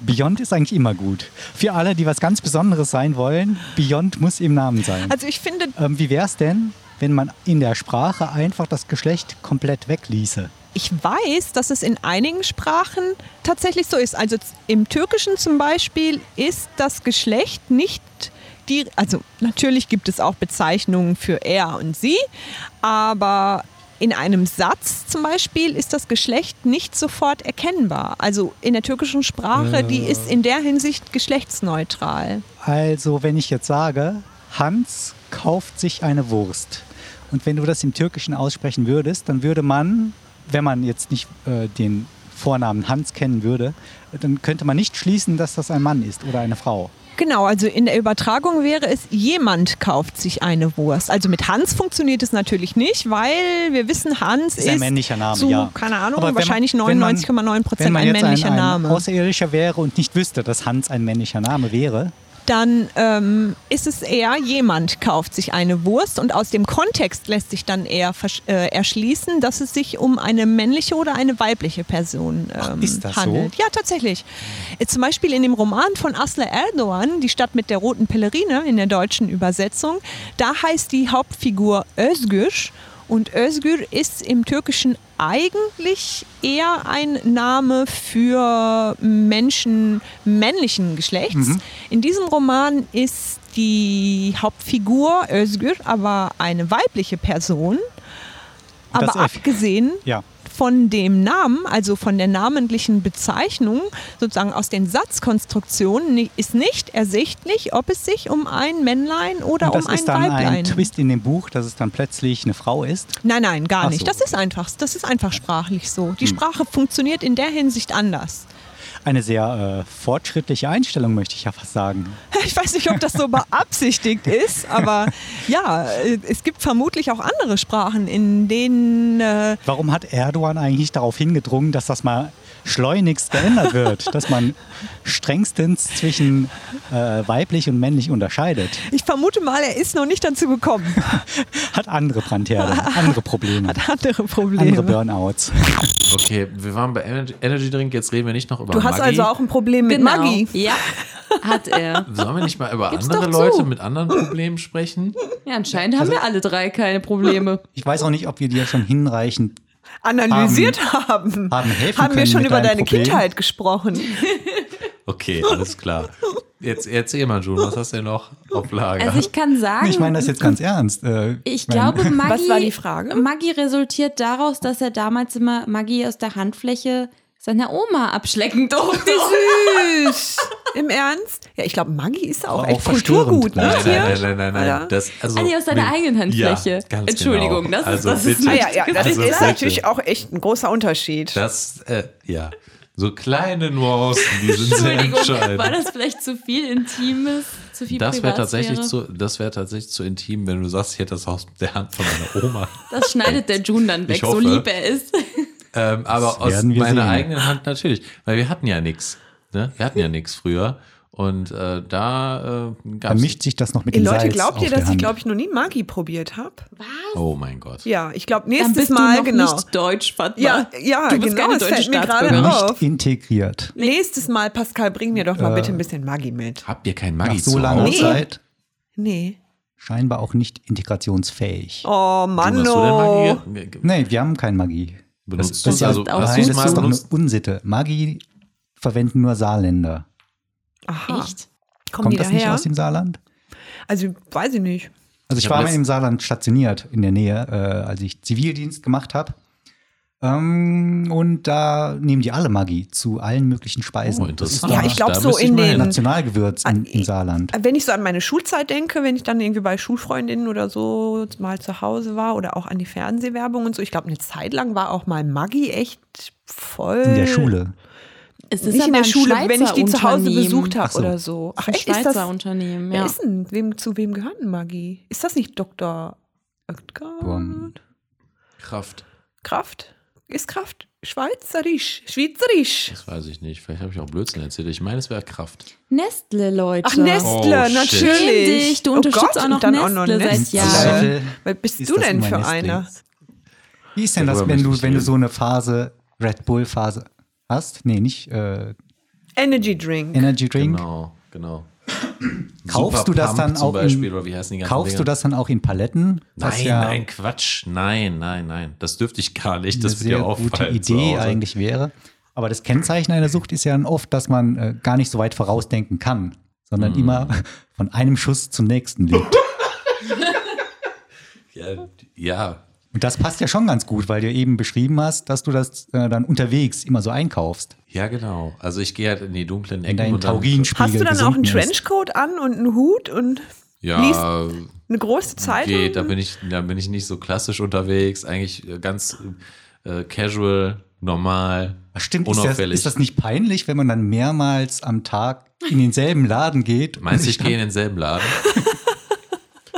[SPEAKER 6] Beyond ist eigentlich immer gut. Für alle, die was ganz Besonderes sein wollen, Beyond muss im Namen sein.
[SPEAKER 3] Also ich finde,
[SPEAKER 6] Ähm, wie wäre es denn, wenn man in der Sprache einfach das Geschlecht komplett wegließe?
[SPEAKER 3] ich weiß, dass es in einigen Sprachen tatsächlich so ist. Also z- im Türkischen zum Beispiel ist das Geschlecht nicht die, also natürlich gibt es auch Bezeichnungen für er und sie, aber in einem Satz zum Beispiel ist das Geschlecht nicht sofort erkennbar. Also in der türkischen Sprache, die ist in der Hinsicht geschlechtsneutral.
[SPEAKER 6] Also, wenn ich jetzt sage, Hans kauft sich eine Wurst. Und wenn du das im Türkischen aussprechen würdest, dann würde man, wenn man jetzt nicht äh, den Vornamen Hans kennen würde, dann könnte man nicht schließen, dass das ein Mann ist oder eine Frau.
[SPEAKER 3] Genau, also in der Übertragung wäre es, jemand kauft sich eine Wurst. Also mit Hans funktioniert es natürlich nicht, weil wir wissen, Hans ist,
[SPEAKER 6] Ist ein männlicher Name,
[SPEAKER 3] zu,
[SPEAKER 6] ja.
[SPEAKER 3] keine Ahnung,
[SPEAKER 6] Aber wenn man-
[SPEAKER 3] wahrscheinlich
[SPEAKER 6] wenn man-
[SPEAKER 3] 99,9
[SPEAKER 6] Wenn
[SPEAKER 3] Prozent
[SPEAKER 6] man
[SPEAKER 3] ein
[SPEAKER 6] jetzt
[SPEAKER 3] männlicher
[SPEAKER 6] ein, ein
[SPEAKER 3] Name.
[SPEAKER 6] Außerirdischer wäre und nicht wüsste, dass Hans ein männlicher Name wäre,
[SPEAKER 3] Dann ähm, ist es eher, jemand kauft sich eine Wurst und aus dem Kontext lässt sich dann eher versch- äh, erschließen, dass es sich um eine männliche oder eine weibliche Person ähm,
[SPEAKER 6] ist das so?
[SPEAKER 3] handelt. Ja, tatsächlich. Äh, Zum Beispiel in dem Roman von Asle Erdogan, Die Stadt mit der roten Pellerine in der deutschen Übersetzung, da heißt die Hauptfigur Özgür und Özgür ist im Türkischen eigentlich eher ein Name für Menschen männlichen Geschlechts.
[SPEAKER 6] Mhm.
[SPEAKER 3] In diesem Roman ist die Hauptfigur Özgür aber eine weibliche Person.
[SPEAKER 6] Das
[SPEAKER 3] Aber
[SPEAKER 6] F.
[SPEAKER 3] abgesehen
[SPEAKER 6] ja.
[SPEAKER 3] von dem Namen, also von der namentlichen Bezeichnung, sozusagen aus den Satzkonstruktionen, ni- ist nicht ersichtlich, ob es sich um ein Männlein oder
[SPEAKER 6] Und das
[SPEAKER 3] um ein
[SPEAKER 6] ist dann
[SPEAKER 3] Weiblein.
[SPEAKER 6] ein Twist in dem Buch, dass es dann plötzlich eine Frau ist.
[SPEAKER 3] Nein, nein, gar
[SPEAKER 6] Ach
[SPEAKER 3] nicht.
[SPEAKER 6] so. Hm.
[SPEAKER 3] Das ist einfach, das ist einfach sprachlich so. Die Sprache funktioniert in der Hinsicht anders.
[SPEAKER 6] Eine sehr äh, fortschrittliche Einstellung, möchte ich ja fast sagen.
[SPEAKER 3] Ich weiß nicht, ob das so beabsichtigt ist, aber ja, äh, es gibt vermutlich auch andere Sprachen, in denen äh,
[SPEAKER 6] Warum hat Erdogan eigentlich nicht darauf hingedrungen, dass das mal schleunigst geändert wird, dass man strengstens zwischen äh, weiblich und männlich unterscheidet?
[SPEAKER 3] ich vermute mal, er ist noch nicht dazu gekommen.
[SPEAKER 6] Hat andere Brandherde, andere Probleme,
[SPEAKER 3] Hat andere Probleme.
[SPEAKER 6] andere Burnouts.
[SPEAKER 5] Okay, wir waren bei Ener- Energy Drink, jetzt reden wir nicht noch über
[SPEAKER 7] Du hast
[SPEAKER 5] Maggi.
[SPEAKER 7] also auch ein Problem mit
[SPEAKER 4] Genau.
[SPEAKER 7] Maggi.
[SPEAKER 4] Ja, hat er.
[SPEAKER 5] Sollen wir nicht mal über
[SPEAKER 4] Gib's
[SPEAKER 5] andere
[SPEAKER 4] doch zu.
[SPEAKER 5] Leute mit anderen Problemen sprechen?
[SPEAKER 4] Ja, anscheinend
[SPEAKER 6] Also
[SPEAKER 4] haben wir alle drei keine Probleme.
[SPEAKER 6] Ich weiß auch nicht, ob wir dir schon hinreichend
[SPEAKER 7] Analysiert haben.
[SPEAKER 6] haben helfen
[SPEAKER 7] Haben wir
[SPEAKER 6] können
[SPEAKER 7] schon
[SPEAKER 6] mit
[SPEAKER 7] über
[SPEAKER 6] deinem
[SPEAKER 7] deine
[SPEAKER 6] Problem.
[SPEAKER 7] Kindheit gesprochen?
[SPEAKER 5] Okay, alles klar. Jetzt erzähl mal, June, was hast du denn noch auf Lager?
[SPEAKER 4] Also ich kann sagen,
[SPEAKER 6] Ich meine das jetzt ganz ernst. Äh,
[SPEAKER 4] Ich
[SPEAKER 6] wenn-
[SPEAKER 4] glaube, Maggi,
[SPEAKER 7] Was war die Frage?
[SPEAKER 4] Maggi resultiert daraus, dass er damals immer Maggi aus der Handfläche seiner Oma abschlecken durfte.
[SPEAKER 7] Süß. Im Ernst? Ja, ich glaube, Maggi ist auch
[SPEAKER 6] War
[SPEAKER 7] echt
[SPEAKER 6] auch verstörend
[SPEAKER 7] Kulturgut. Ne?
[SPEAKER 5] nein,
[SPEAKER 6] gleich.
[SPEAKER 5] nein, nein, nein, nein, nein.
[SPEAKER 7] Oder?
[SPEAKER 5] Das, also,
[SPEAKER 4] Ah, die aus deiner
[SPEAKER 5] nee.
[SPEAKER 4] eigenen Handfläche.
[SPEAKER 5] Ja, ganz
[SPEAKER 4] Entschuldigung,
[SPEAKER 5] genau.
[SPEAKER 4] das ist-
[SPEAKER 5] also,
[SPEAKER 4] das ist
[SPEAKER 5] bitte.
[SPEAKER 7] Ah, ja, ja, das
[SPEAKER 5] also,
[SPEAKER 7] ist
[SPEAKER 5] bitte.
[SPEAKER 7] natürlich auch echt ein großer Unterschied.
[SPEAKER 5] Das, äh, ja. So kleine Nuancen, die sind sehr
[SPEAKER 4] Entschuldigung,
[SPEAKER 5] entscheidend.
[SPEAKER 4] war das vielleicht zu viel Intimes, zu viel
[SPEAKER 5] Das wäre tatsächlich,
[SPEAKER 4] Privatsphäre?
[SPEAKER 5] zu, das wär tatsächlich zu intim, wenn du sagst, ich hätte das aus der Hand von meiner Oma.
[SPEAKER 4] Das schneidet der June dann weg,
[SPEAKER 5] Ich hoffe.
[SPEAKER 4] so lieb er ist.
[SPEAKER 5] ähm, aber aus
[SPEAKER 6] werden wir
[SPEAKER 5] meiner
[SPEAKER 6] sehen.
[SPEAKER 5] eigenen Hand natürlich. Weil wir hatten ja nichts. Ne? Wir hatten ja nichts früher. Und äh, da äh,
[SPEAKER 6] Da
[SPEAKER 5] gab es.
[SPEAKER 6] mischt sich das noch mit
[SPEAKER 7] Ihr
[SPEAKER 6] dem
[SPEAKER 7] Leute,
[SPEAKER 6] Salz
[SPEAKER 7] glaubt
[SPEAKER 6] auf
[SPEAKER 7] ihr,
[SPEAKER 6] der
[SPEAKER 7] dass ich,
[SPEAKER 6] Hand.
[SPEAKER 7] glaube ich, noch nie Maggi probiert habe?
[SPEAKER 5] Oh mein Gott.
[SPEAKER 7] Ja, ich glaube,
[SPEAKER 4] Dann
[SPEAKER 7] nächstes
[SPEAKER 4] bist
[SPEAKER 7] Mal,
[SPEAKER 4] du noch
[SPEAKER 7] genau.
[SPEAKER 4] nicht deutsch, Fatma.
[SPEAKER 7] Ja, ja,
[SPEAKER 4] du bist
[SPEAKER 7] genau,
[SPEAKER 4] keine
[SPEAKER 7] es
[SPEAKER 4] deutsche
[SPEAKER 7] fällt mir gerade
[SPEAKER 4] Staatsbürgerin.
[SPEAKER 7] auf.
[SPEAKER 6] nicht Äh. integriert.
[SPEAKER 7] Nächstes Mal, Pascal, bring mir doch mal bitte ein bisschen Maggi mit.
[SPEAKER 5] Habt ihr kein
[SPEAKER 6] Nach
[SPEAKER 5] Maggi
[SPEAKER 6] so
[SPEAKER 5] zu
[SPEAKER 6] langer
[SPEAKER 5] Hause?
[SPEAKER 6] Zeit
[SPEAKER 7] Nee.
[SPEAKER 6] scheinbar auch nicht integrationsfähig.
[SPEAKER 7] Oh, Mann,
[SPEAKER 5] Hast du denn
[SPEAKER 7] oh.
[SPEAKER 5] Maggi ge- ge-
[SPEAKER 6] Nee, wir haben kein Magie.
[SPEAKER 5] benutzt?
[SPEAKER 6] Das ist
[SPEAKER 5] du-
[SPEAKER 6] ja-
[SPEAKER 5] also,
[SPEAKER 4] auch
[SPEAKER 5] hast
[SPEAKER 6] Nein,
[SPEAKER 5] du
[SPEAKER 6] das
[SPEAKER 5] mal
[SPEAKER 6] ist doch eine
[SPEAKER 5] benutzt?
[SPEAKER 6] Unsitte. Magie verwenden nur Saarländer.
[SPEAKER 7] Aha.
[SPEAKER 4] Echt?
[SPEAKER 7] Kommen
[SPEAKER 6] Kommt
[SPEAKER 7] die
[SPEAKER 6] das nicht
[SPEAKER 7] daher?
[SPEAKER 6] aus dem Saarland?
[SPEAKER 7] Also, weiß ich nicht.
[SPEAKER 6] Also
[SPEAKER 5] Ich
[SPEAKER 6] ich
[SPEAKER 5] hab
[SPEAKER 6] war mal
[SPEAKER 5] letzt-
[SPEAKER 6] im Saarland stationiert in der Nähe, äh, als ich Zivildienst gemacht habe. Ähm, und da nehmen die alle Magie zu allen möglichen Speisen.
[SPEAKER 5] Oh, interessant.
[SPEAKER 7] Ja, ich ähm, äh, glaube
[SPEAKER 5] da
[SPEAKER 7] so
[SPEAKER 5] müsste ich
[SPEAKER 7] in
[SPEAKER 5] mal
[SPEAKER 6] ein
[SPEAKER 5] hin.
[SPEAKER 7] den.
[SPEAKER 6] Nationalgewürz in, im Saarland.
[SPEAKER 7] Wenn ich so an meine Schulzeit denke, wenn ich dann irgendwie bei Schulfreundinnen oder so mal zu Hause war oder auch an die Fernsehwerbung und so, ich glaube, eine Zeit lang war auch mal Maggi echt voll.
[SPEAKER 6] In der Schule.
[SPEAKER 4] Es
[SPEAKER 7] Nicht
[SPEAKER 4] ist
[SPEAKER 7] in
[SPEAKER 4] aber
[SPEAKER 7] der
[SPEAKER 4] ein
[SPEAKER 7] Schule,
[SPEAKER 4] Schweizer
[SPEAKER 7] wenn ich die zu Hause
[SPEAKER 4] Unternehmen.
[SPEAKER 7] besucht habe
[SPEAKER 6] Ach so.
[SPEAKER 7] oder so. Ach,
[SPEAKER 4] Ein
[SPEAKER 7] echt? Ist das,
[SPEAKER 4] Schweizer Unternehmen,
[SPEAKER 7] wer
[SPEAKER 4] ja.
[SPEAKER 7] ist denn, wem, zu wem gehört denn Maggi? Ist das nicht Dr. Oetker?
[SPEAKER 6] Boom.
[SPEAKER 5] Kraft.
[SPEAKER 7] Kraft? Ist Kraft Schweizerisch? Schweizerisch?
[SPEAKER 5] Das weiß ich nicht. Vielleicht habe ich auch Blödsinn erzählt. Ich meine, es wäre Kraft.
[SPEAKER 4] Nestle, Leute.
[SPEAKER 7] Ach, Nestle,
[SPEAKER 5] Oh, shit.
[SPEAKER 7] natürlich. Oh
[SPEAKER 4] Schäm dich, du unterstützt auch noch
[SPEAKER 7] und dann
[SPEAKER 4] Nestle seit Ja. Jahren.
[SPEAKER 6] Zweifel
[SPEAKER 7] Was bist
[SPEAKER 6] ist
[SPEAKER 7] du
[SPEAKER 6] das
[SPEAKER 7] denn
[SPEAKER 6] immer
[SPEAKER 7] für
[SPEAKER 6] Nestlé.
[SPEAKER 7] einer?
[SPEAKER 6] Wie ist denn
[SPEAKER 5] Darüber
[SPEAKER 6] das, wenn
[SPEAKER 5] möchte
[SPEAKER 6] du,
[SPEAKER 5] ich
[SPEAKER 6] wenn du
[SPEAKER 5] reden.
[SPEAKER 6] so eine Phase, Red Bull-Phase hast? Nee, nicht äh,
[SPEAKER 3] Energy Drink.
[SPEAKER 6] Energy Drink.
[SPEAKER 5] Genau, genau.
[SPEAKER 6] Hm. Kaufst
[SPEAKER 5] Super
[SPEAKER 6] du das
[SPEAKER 5] Pump
[SPEAKER 6] dann
[SPEAKER 5] zum
[SPEAKER 6] auch
[SPEAKER 5] Beispiel,
[SPEAKER 6] in,
[SPEAKER 5] oder wie heißen die ganzen
[SPEAKER 6] Kaufst
[SPEAKER 5] Dinger?
[SPEAKER 6] du das dann auch in Paletten? Was
[SPEAKER 5] Nein,
[SPEAKER 6] ja
[SPEAKER 5] nein, Quatsch. Nein, nein, nein. Das dürfte ich gar nicht.
[SPEAKER 6] eine
[SPEAKER 5] Das wird
[SPEAKER 6] sehr
[SPEAKER 5] ja
[SPEAKER 6] gute
[SPEAKER 5] auffallen. zu
[SPEAKER 6] Idee
[SPEAKER 5] Hause.
[SPEAKER 6] eigentlich wäre. Aber das Kennzeichen einer Sucht ist ja dann oft, dass man äh, gar nicht so weit vorausdenken kann,
[SPEAKER 5] Hm.
[SPEAKER 6] sondern immer von einem Schuss zum nächsten lebt.
[SPEAKER 5] Ja, ja.
[SPEAKER 6] Und das passt ja schon ganz gut, weil du eben beschrieben hast, dass du das äh, dann unterwegs immer so einkaufst.
[SPEAKER 5] ja, genau. Also ich gehe halt in die dunklen
[SPEAKER 6] In
[SPEAKER 5] Ecken.
[SPEAKER 6] deinen
[SPEAKER 5] und dann-
[SPEAKER 6] Taurinspiegel.
[SPEAKER 3] Hast du dann auch einen
[SPEAKER 6] gesunken ist.
[SPEAKER 3] Trenchcoat an und einen Hut und
[SPEAKER 5] Ja,
[SPEAKER 3] eine große Zeitung?
[SPEAKER 5] geht. Da bin, ich, da bin ich nicht so klassisch unterwegs. Eigentlich äh, ganz äh, casual, normal,
[SPEAKER 6] Stimmt, ist das,
[SPEAKER 5] unauffällig.
[SPEAKER 6] ist das nicht peinlich, wenn man dann mehrmals am Tag in denselben Laden geht? und
[SPEAKER 5] Meinst du,
[SPEAKER 6] sich
[SPEAKER 5] ich gehe in denselben Laden?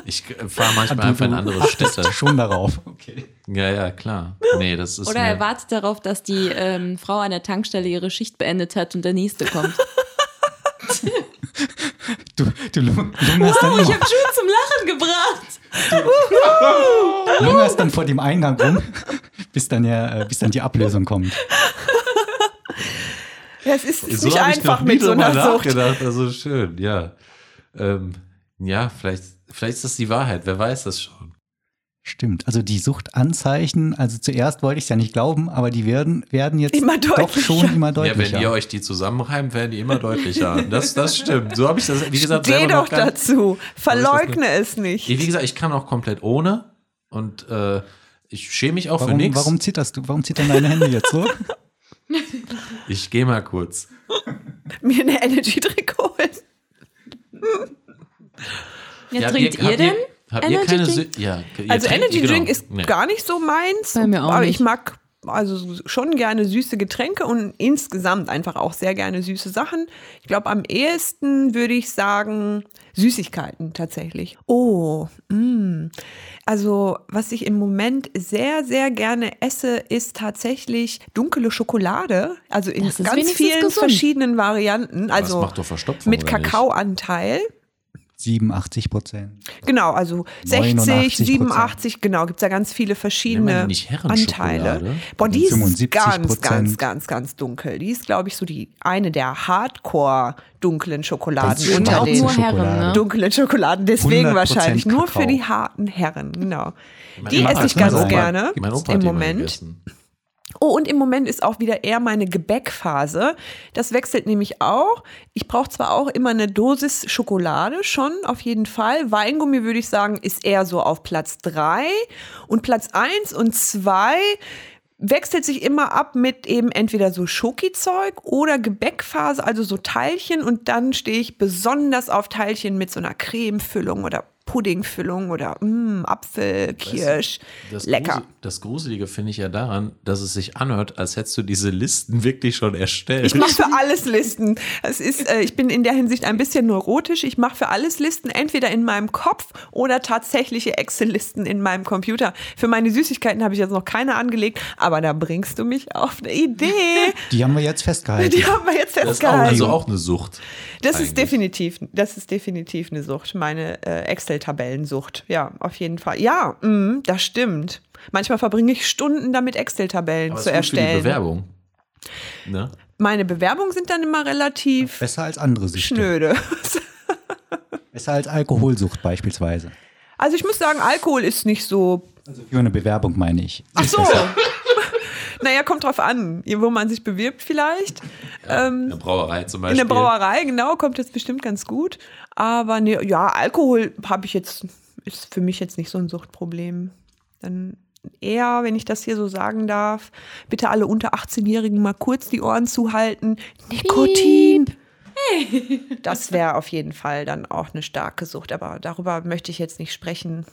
[SPEAKER 5] Ich fahre
[SPEAKER 6] dann-
[SPEAKER 5] manchmal einfach in
[SPEAKER 6] Ah, du
[SPEAKER 5] andere
[SPEAKER 6] achtest
[SPEAKER 5] Städte.
[SPEAKER 6] Schon darauf. Okay.
[SPEAKER 5] Ja, ja, klar. Nee, das ist
[SPEAKER 4] Oder
[SPEAKER 5] mir-
[SPEAKER 4] er wartet darauf, dass die ähm, Frau an der Tankstelle ihre Schicht beendet hat und der nächste kommt.
[SPEAKER 6] Du, du lung- lungerst
[SPEAKER 4] Oh,
[SPEAKER 6] dann,
[SPEAKER 4] ich
[SPEAKER 6] immer,
[SPEAKER 4] habe schön zum Lachen gebracht.
[SPEAKER 6] lungerst dann vor dem Eingang rum, bis dann, ja, äh, bis dann die Ablösung kommt.
[SPEAKER 3] Ja, es ist
[SPEAKER 5] so
[SPEAKER 3] nicht
[SPEAKER 5] hab ich
[SPEAKER 3] einfach
[SPEAKER 5] noch nie
[SPEAKER 3] mit so
[SPEAKER 5] drüber
[SPEAKER 3] einer Sucht.
[SPEAKER 5] nachgedacht. Also schön, ja. Ähm, ja, vielleicht, vielleicht ist das die Wahrheit. Wer weiß das schon?
[SPEAKER 6] Stimmt, also die Suchtanzeichen, also zuerst wollte ich es ja nicht glauben, aber die werden, werden jetzt
[SPEAKER 3] Immer
[SPEAKER 6] doch
[SPEAKER 3] deutlicher.
[SPEAKER 6] schon immer
[SPEAKER 5] Ja, wenn
[SPEAKER 6] deutlicher.
[SPEAKER 5] ihr euch die zusammenreimt, werden die immer deutlicher. Das, das stimmt. So habe ich das, wie gesagt,
[SPEAKER 3] Geh
[SPEAKER 5] selber
[SPEAKER 3] doch
[SPEAKER 5] noch gar nicht-
[SPEAKER 3] dazu. Verleugne es
[SPEAKER 5] Ich- Wie
[SPEAKER 3] nicht.
[SPEAKER 5] gesagt, ich kann auch komplett ohne und äh, ich schäme mich auch für
[SPEAKER 6] warum,
[SPEAKER 5] nichts.
[SPEAKER 6] warum zitterst du? Warum zittern deine Hände jetzt so?
[SPEAKER 5] Ich gehe mal kurz.
[SPEAKER 3] Mir eine Energy Drink holen.
[SPEAKER 4] Ja,
[SPEAKER 5] Ja,
[SPEAKER 4] trinkt ihr,
[SPEAKER 5] habt
[SPEAKER 4] denn?
[SPEAKER 5] Habt ihr
[SPEAKER 4] Energy
[SPEAKER 5] keine Sü
[SPEAKER 4] Drink?
[SPEAKER 5] ja, ihr
[SPEAKER 3] Also
[SPEAKER 5] trinkt-
[SPEAKER 3] Energy
[SPEAKER 5] genau.
[SPEAKER 3] Drink ist
[SPEAKER 5] Nee.
[SPEAKER 3] gar nicht so meins.
[SPEAKER 4] Bei mir auch
[SPEAKER 3] aber ich
[SPEAKER 4] nicht.
[SPEAKER 3] mag also schon gerne süße Getränke und insgesamt einfach auch sehr gerne süße Sachen. Ich glaube, am ehesten würde ich sagen Süßigkeiten tatsächlich. Oh, mm. also was ich im Moment sehr, sehr gerne esse, ist tatsächlich dunkle Schokolade. Also in
[SPEAKER 4] Das ist
[SPEAKER 3] ganz
[SPEAKER 4] wenigstens
[SPEAKER 3] vielen
[SPEAKER 4] gesund.
[SPEAKER 3] verschiedenen Varianten.
[SPEAKER 5] Aber das
[SPEAKER 3] Also
[SPEAKER 5] macht doch Verstopfung,
[SPEAKER 3] mit
[SPEAKER 5] oder nicht?
[SPEAKER 3] Kakaoanteil.
[SPEAKER 6] 87 Prozent.
[SPEAKER 3] Genau, also 60,
[SPEAKER 6] 89%.
[SPEAKER 3] 87, genau, gibt es ja ganz viele
[SPEAKER 5] Nennt man
[SPEAKER 3] verschiedene
[SPEAKER 5] die nicht Herrenschokolade?
[SPEAKER 3] Anteile. Boah, die ist
[SPEAKER 6] 75%.
[SPEAKER 3] ganz, ganz, ganz, ganz dunkel. Die ist, glaube ich, so die eine der hardcore dunklen Schokoladen
[SPEAKER 4] ist
[SPEAKER 3] unter
[SPEAKER 4] auch
[SPEAKER 3] den
[SPEAKER 4] nur Herren, ne?
[SPEAKER 3] dunklen Schokoladen. Deswegen
[SPEAKER 6] 100%
[SPEAKER 3] wahrscheinlich nur für
[SPEAKER 6] Kakao.
[SPEAKER 3] die harten Herren, genau.
[SPEAKER 5] Mein
[SPEAKER 3] Die
[SPEAKER 5] Opa
[SPEAKER 3] esse
[SPEAKER 5] hat
[SPEAKER 3] ich
[SPEAKER 5] die mal-
[SPEAKER 3] ganz
[SPEAKER 5] Opa-
[SPEAKER 3] gerne
[SPEAKER 5] Mein Opa hat
[SPEAKER 3] im
[SPEAKER 5] die mal
[SPEAKER 3] Moment.
[SPEAKER 5] gegessen.
[SPEAKER 3] Oh, und im Moment ist auch wieder eher meine Gebäckphase. Das wechselt nämlich auch. Ich brauche zwar auch immer eine Dosis Schokolade, schon auf jeden Fall. Weingummi würde ich sagen, ist eher so auf Platz drei Und Platz eins und zwei wechselt sich immer ab mit eben entweder so Schoki-Zeug oder Gebäckphase, also so Teilchen. Und dann stehe ich besonders auf Teilchen mit so einer Cremefüllung oder Puddingfüllung oder mm, Apfel, Kirsch.
[SPEAKER 5] Das
[SPEAKER 3] Lecker.
[SPEAKER 5] Grusel- Das Gruselige finde ich ja daran, dass es sich anhört, als hättest du diese Listen wirklich schon erstellt.
[SPEAKER 3] Ich mache für alles Listen. Es ist, äh, ich bin in der Hinsicht ein bisschen neurotisch. Ich mache für alles Listen, entweder in meinem Kopf oder tatsächliche Excel-Listen in meinem Computer. Für meine Süßigkeiten habe ich jetzt noch keine angelegt, aber da bringst du mich auf eine Idee.
[SPEAKER 6] Die haben wir jetzt festgehalten.
[SPEAKER 3] Die haben wir jetzt
[SPEAKER 5] das ist auch, also
[SPEAKER 3] festgehalten.
[SPEAKER 5] auch eine Sucht.
[SPEAKER 3] Das ist
[SPEAKER 5] eigentlich.
[SPEAKER 3] definitiv, das ist definitiv eine Sucht, meine äh, Excel-Tabellensucht. Ja, auf jeden Fall. Ja, mm, das stimmt. Manchmal verbringe ich Stunden damit, Excel-Tabellen
[SPEAKER 5] Aber
[SPEAKER 3] zu
[SPEAKER 5] ist gut Für die
[SPEAKER 3] erstellen.
[SPEAKER 5] Bewerbung. Ne?
[SPEAKER 3] Meine Bewerbungen sind dann immer relativ
[SPEAKER 6] Besser als andere Süchte.
[SPEAKER 3] schnöde.
[SPEAKER 6] Besser als Alkoholsucht beispielsweise.
[SPEAKER 3] Also ich muss sagen, Alkohol ist nicht so.
[SPEAKER 6] Also für eine Bewerbung meine ich.
[SPEAKER 3] Ach so. naja, kommt drauf an, wo man sich bewirbt vielleicht.
[SPEAKER 5] In der Brauerei zum
[SPEAKER 3] Ähm, In
[SPEAKER 5] Beispiel.
[SPEAKER 3] der Brauerei, genau, kommt jetzt bestimmt ganz gut. Aber nee, ja, Alkohol habe ich jetzt, ist für mich jetzt nicht so ein Suchtproblem. Dann eher, wenn ich das hier so sagen darf, bitte alle unter 18-Jährigen mal kurz die Ohren zuhalten. Nikotin! Das wäre auf jeden Fall dann auch eine starke Sucht, aber darüber möchte ich jetzt nicht sprechen.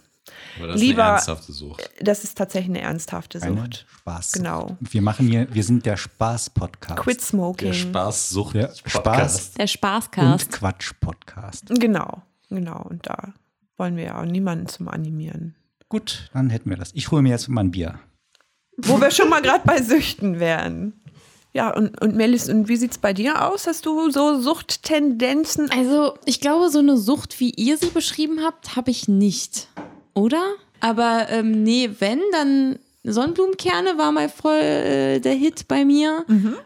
[SPEAKER 5] Aber das ist
[SPEAKER 3] Lieber-
[SPEAKER 5] eine ernsthafte Sucht.
[SPEAKER 3] Das ist tatsächlich eine ernsthafte
[SPEAKER 6] Eine
[SPEAKER 3] Sucht.
[SPEAKER 6] Spaß.
[SPEAKER 3] Genau.
[SPEAKER 6] Wir machen hier, wir sind der Spaß-Podcast.
[SPEAKER 3] Quit
[SPEAKER 5] Der
[SPEAKER 3] Smoking.
[SPEAKER 5] Spaßsucht.
[SPEAKER 6] Der Spaß-
[SPEAKER 4] Der
[SPEAKER 6] und
[SPEAKER 4] Spaßcast.
[SPEAKER 6] Quatsch-Podcast.
[SPEAKER 3] Genau, genau. Und da wollen wir ja auch niemanden zum Animieren.
[SPEAKER 6] Gut, dann hätten wir das. Ich hole mir jetzt mal ein Bier.
[SPEAKER 3] Wo wir schon mal gerade bei Süchten wären. Ja, und, und Melis, und wie sieht's bei dir aus? Hast du so Suchttendenzen?
[SPEAKER 4] Also, ich glaube, so eine Sucht, wie ihr sie beschrieben habt, habe ich nicht. Oder? Aber ähm, nee, wenn, dann Sonnenblumenkerne war mal voll äh, der Hit bei mir. Und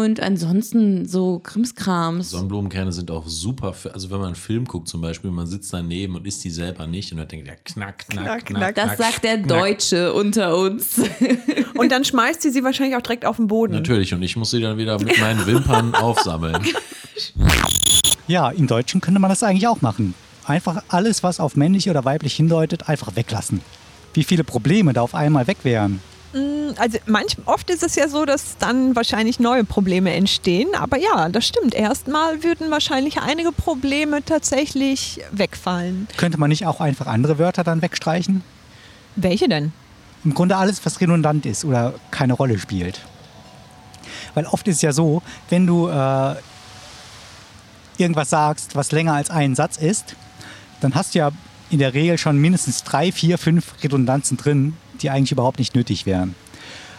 [SPEAKER 4] Und ansonsten so Krimskrams.
[SPEAKER 5] Sonnenblumenkerne sind auch super, für, also wenn man einen Film guckt zum Beispiel, man sitzt daneben und isst die selber nicht und dann denkt ja knack, knack, knack,
[SPEAKER 7] Knack,
[SPEAKER 5] knack.
[SPEAKER 7] knack.
[SPEAKER 4] das sagt der Deutsche unter uns.
[SPEAKER 7] Und dann schmeißt sie sie wahrscheinlich auch direkt auf den Boden.
[SPEAKER 5] Natürlich, und ich muss sie dann wieder mit meinen Wimpern aufsammeln.
[SPEAKER 6] Ja, im Deutschen könnte man das eigentlich auch machen. Einfach alles, was auf männlich oder weiblich hindeutet, einfach weglassen. Wie viele Probleme da auf einmal weg wären.
[SPEAKER 3] Also manch, oft ist es ja so, dass dann wahrscheinlich neue Probleme entstehen. Aber ja, das stimmt. Erstmal würden wahrscheinlich einige Probleme tatsächlich wegfallen.
[SPEAKER 6] Könnte man nicht auch einfach andere Wörter dann wegstreichen?
[SPEAKER 3] Welche denn?
[SPEAKER 6] Im Grunde alles, was redundant ist oder keine Rolle spielt. Weil oft ist es ja so, wenn du äh, irgendwas sagst, was länger als ein Satz ist, dann hast du ja in der Regel schon mindestens drei, vier, fünf Redundanzen drin, die eigentlich überhaupt nicht nötig wären.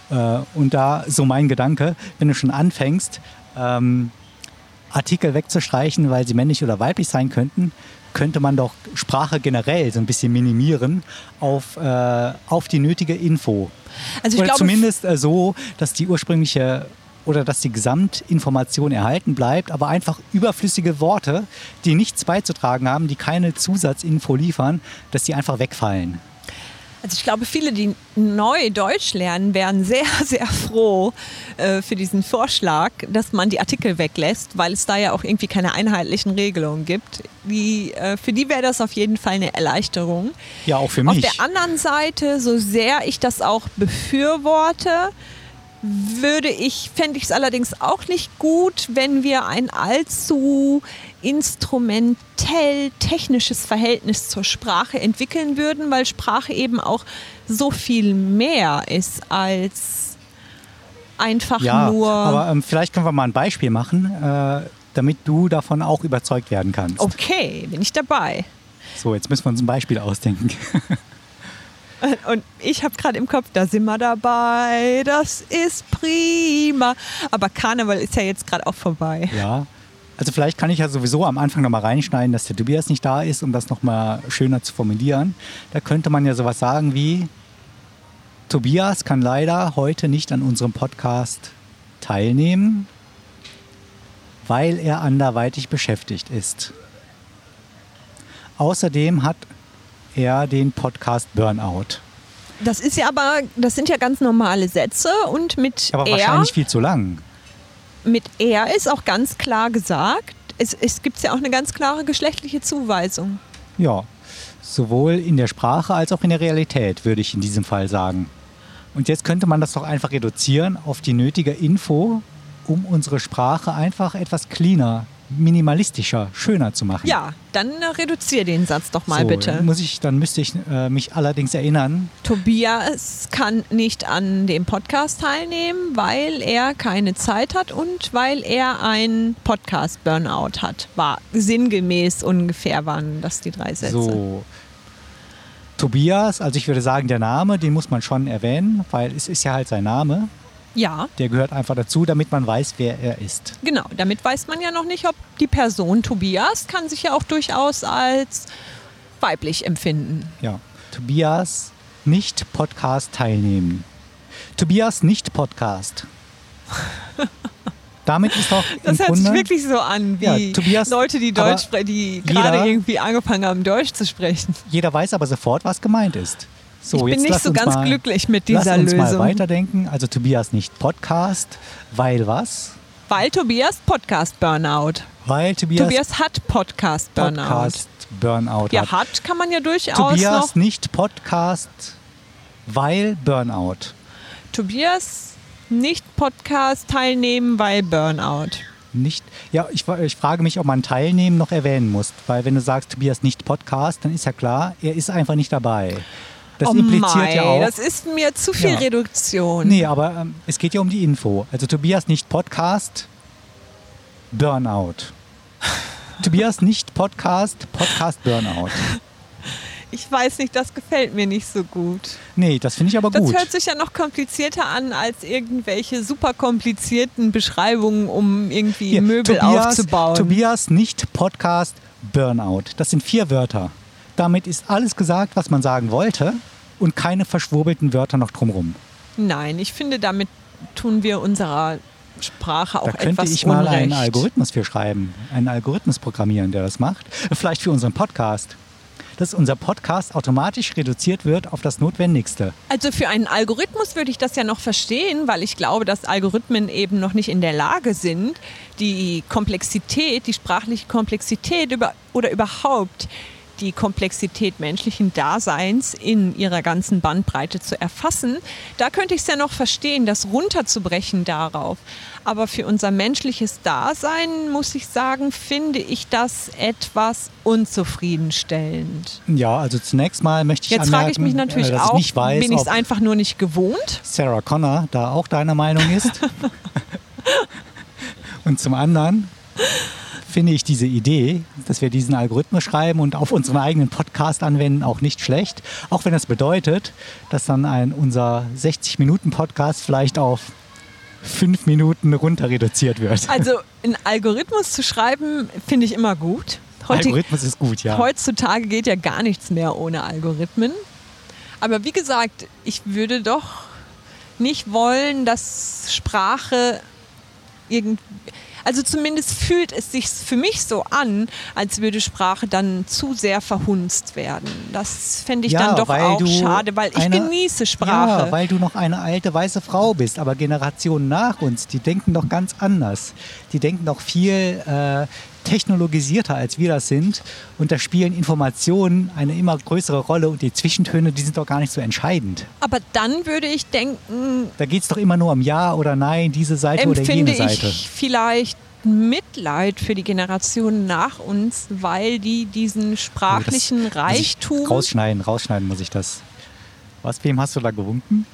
[SPEAKER 6] Äh, und da so mein Gedanke, wenn du schon anfängst, ähm, Artikel wegzustreichen, weil sie männlich oder weiblich sein könnten, könnte man doch Sprache generell so ein bisschen minimieren auf, äh, auf die nötige Info.
[SPEAKER 3] Also ich
[SPEAKER 6] oder
[SPEAKER 3] glaube-
[SPEAKER 6] zumindest äh, so, dass die ursprüngliche oder dass die Gesamtinformation erhalten bleibt, aber einfach überflüssige Worte, die nichts beizutragen haben, die keine Zusatzinfo liefern, dass die einfach wegfallen.
[SPEAKER 3] Also ich glaube, viele, die neu Deutsch lernen, wären sehr, sehr froh äh, für diesen Vorschlag, dass man die Artikel weglässt, weil es da ja auch irgendwie keine einheitlichen Regelungen gibt. Die, äh, für die wäre das auf jeden Fall eine Erleichterung.
[SPEAKER 6] Ja, auch für
[SPEAKER 3] Auf
[SPEAKER 6] mich.
[SPEAKER 3] der anderen Seite, so sehr ich das auch befürworte, würde ich, fände ich es allerdings auch nicht gut, wenn wir ein allzu instrumentell technisches Verhältnis zur Sprache entwickeln würden, weil Sprache eben auch so viel mehr ist als einfach
[SPEAKER 6] ja,
[SPEAKER 3] nur.
[SPEAKER 6] aber ähm, vielleicht können wir mal ein Beispiel machen, äh, damit du davon auch überzeugt werden kannst.
[SPEAKER 3] Oh. okay, bin ich dabei.
[SPEAKER 6] So, jetzt müssen wir uns ein Beispiel ausdenken.
[SPEAKER 3] Und ich habe gerade im Kopf, da sind wir dabei, das ist prima. Aber Karneval ist ja jetzt gerade auch vorbei.
[SPEAKER 6] Ja. Also vielleicht kann ich ja sowieso am Anfang nochmal reinschneiden, dass der Tobias nicht da ist, um das nochmal schöner zu formulieren. Da könnte man ja sowas sagen wie, Tobias kann leider heute nicht an unserem Podcast teilnehmen, weil er anderweitig beschäftigt ist. Außerdem hat er den Podcast Burnout.
[SPEAKER 3] Das ist ja aber, das sind ja ganz normale Sätze und mit
[SPEAKER 6] Aber
[SPEAKER 3] er,
[SPEAKER 6] wahrscheinlich viel zu lang.
[SPEAKER 3] mit er ist auch ganz klar gesagt, es, es gibt ja auch eine ganz klare geschlechtliche Zuweisung.
[SPEAKER 6] Ja, sowohl in der Sprache als auch in der Realität, würde ich in diesem Fall sagen. Und jetzt könnte man das doch einfach reduzieren auf die nötige Info, um unsere Sprache einfach etwas cleaner, minimalistischer, schöner zu machen.
[SPEAKER 3] Ja, dann äh, reduzier den Satz doch mal
[SPEAKER 6] so,
[SPEAKER 3] bitte.
[SPEAKER 6] Muss ich, dann müsste ich äh, mich allerdings erinnern,
[SPEAKER 3] Tobias kann nicht an dem Podcast teilnehmen, weil er keine Zeit hat und weil er ein Podcast-Burnout hat. War sinngemäß ungefähr waren das die drei Sätze.
[SPEAKER 6] So. Tobias, also ich würde sagen, der Name, den muss man schon erwähnen, weil es ist ja halt sein Name.
[SPEAKER 3] Ja,
[SPEAKER 6] Der gehört einfach dazu, damit man weiß, wer er ist.
[SPEAKER 3] genau. Damit weiß man ja noch nicht, ob die Person Tobias kann sich ja auch durchaus als weiblich empfinden.
[SPEAKER 6] Ja. Tobias nicht Podcast teilnehmen. Tobias nicht Podcast. Damit ist doch
[SPEAKER 3] Das
[SPEAKER 6] im
[SPEAKER 3] hört
[SPEAKER 6] Grunde
[SPEAKER 3] sich wirklich so an, wie
[SPEAKER 6] Ja, Tobias,
[SPEAKER 3] Leute, die
[SPEAKER 6] aber
[SPEAKER 3] Deutsch, spre- die gerade
[SPEAKER 6] jeder-
[SPEAKER 3] irgendwie angefangen haben, Deutsch zu sprechen.
[SPEAKER 6] jeder weiß aber sofort, was gemeint ist. So,
[SPEAKER 3] Ich bin
[SPEAKER 6] jetzt
[SPEAKER 3] nicht
[SPEAKER 6] lass
[SPEAKER 3] so
[SPEAKER 6] uns
[SPEAKER 3] ganz
[SPEAKER 6] mal,
[SPEAKER 3] glücklich mit
[SPEAKER 6] lass
[SPEAKER 3] dieser
[SPEAKER 6] uns mal
[SPEAKER 3] Lösung.
[SPEAKER 6] weiterdenken. Also Tobias nicht Podcast, weil was?
[SPEAKER 3] Weil Tobias Podcast Burnout.
[SPEAKER 6] Weil Tobias,
[SPEAKER 3] Tobias hat Podcast Burnout.
[SPEAKER 6] Podcast Burnout
[SPEAKER 3] Ja,
[SPEAKER 6] hat.
[SPEAKER 3] hat kann man ja durchaus
[SPEAKER 6] Tobias
[SPEAKER 3] noch.
[SPEAKER 6] nicht Podcast, weil Burnout.
[SPEAKER 3] Tobias nicht Podcast teilnehmen, weil Burnout.
[SPEAKER 6] Nicht, ja, ich, fra- ich frage mich, ob man Teilnehmen noch erwähnen muss, weil wenn du sagst, Tobias nicht Podcast, dann ist ja klar, er ist einfach nicht dabei. Das
[SPEAKER 3] oh
[SPEAKER 6] impliziert
[SPEAKER 3] mei,
[SPEAKER 6] ja auch.
[SPEAKER 3] das ist mir zu viel
[SPEAKER 6] Ja.
[SPEAKER 3] Reduktion.
[SPEAKER 6] nee, aber ähm, es geht ja um die Info. Also Tobias nicht Podcast, Burnout. Tobias nicht Podcast, Podcast Burnout.
[SPEAKER 3] Ich weiß nicht, das gefällt mir nicht so gut.
[SPEAKER 6] Nee, das finde ich aber
[SPEAKER 3] Das
[SPEAKER 6] gut.
[SPEAKER 3] hört sich ja noch komplizierter an als irgendwelche super komplizierten Beschreibungen, um irgendwie
[SPEAKER 6] Hier,
[SPEAKER 3] Möbel
[SPEAKER 6] Tobias,
[SPEAKER 3] aufzubauen.
[SPEAKER 6] Tobias nicht Podcast, Burnout. Das sind vier Wörter. Damit ist alles gesagt, was man sagen wollte und keine verschwurbelten Wörter noch drumrum.
[SPEAKER 3] Nein, ich finde, damit tun wir unserer Sprache auch
[SPEAKER 6] Da könnte
[SPEAKER 3] etwas
[SPEAKER 6] ich mal
[SPEAKER 3] Unrecht.
[SPEAKER 6] einen Algorithmus für schreiben. Einen Algorithmus programmieren, der das macht. Vielleicht für unseren Podcast. Dass unser Podcast automatisch reduziert wird auf das Notwendigste.
[SPEAKER 3] Also für einen Algorithmus würde ich das ja noch verstehen, weil ich glaube, dass Algorithmen eben noch nicht in der Lage sind, die Komplexität, die sprachliche Komplexität über, oder überhaupt die Komplexität menschlichen Daseins in ihrer ganzen Bandbreite zu erfassen. Da könnte ich es ja noch verstehen, das runterzubrechen darauf. Aber für unser menschliches Dasein, muss ich sagen, finde ich das etwas unzufriedenstellend.
[SPEAKER 6] Ja, also zunächst mal möchte ich
[SPEAKER 3] Jetzt
[SPEAKER 6] anmerken,
[SPEAKER 3] frage ich mich natürlich
[SPEAKER 6] äh, dass
[SPEAKER 3] auch,
[SPEAKER 6] ich nicht weiß,
[SPEAKER 3] bin ich es
[SPEAKER 6] ob
[SPEAKER 3] einfach nur nicht gewohnt?
[SPEAKER 6] Sarah Connor da auch deiner Meinung ist. und zum anderen finde ich diese Idee, dass wir diesen Algorithmus schreiben und auf unseren eigenen Podcast anwenden, auch nicht schlecht. Auch wenn das bedeutet, dass dann ein, unser 60-Minuten-Podcast vielleicht auf fünf Minuten runter reduziert wird.
[SPEAKER 3] Also einen Algorithmus zu schreiben, finde ich immer gut. Heutig-
[SPEAKER 6] Algorithmus ist gut, ja.
[SPEAKER 3] Heutzutage geht ja gar nichts mehr ohne Algorithmen. Aber wie gesagt, ich würde doch nicht wollen, dass Sprache irgendwie... Also zumindest fühlt es sich für mich so an, als würde Sprache dann zu sehr verhunzt werden. Das fände ich
[SPEAKER 6] ja,
[SPEAKER 3] dann doch
[SPEAKER 6] weil
[SPEAKER 3] auch
[SPEAKER 6] du
[SPEAKER 3] schade, weil ich
[SPEAKER 6] eine-
[SPEAKER 3] genieße Sprache.
[SPEAKER 6] Ja, weil du noch eine alte weiße Frau bist, aber Generationen nach uns, die denken doch ganz anders. Die denken doch viel äh, technologisierter, als wir das sind. Und da spielen Informationen eine immer größere Rolle und die Zwischentöne, die sind doch gar nicht so entscheidend.
[SPEAKER 3] Aber dann würde ich denken,
[SPEAKER 6] Da geht es doch immer nur um Ja oder Nein, diese Seite oder
[SPEAKER 3] empfinde
[SPEAKER 6] jene Seite. Oh,
[SPEAKER 3] ich vielleicht Mitleid für die Generation nach uns, weil die diesen
[SPEAKER 6] Oh, das
[SPEAKER 3] sprachlichen
[SPEAKER 6] muss ich
[SPEAKER 3] Reichtum.
[SPEAKER 6] Rausschneiden, rausschneiden muss ich das. Was, wem hast du da gewunken?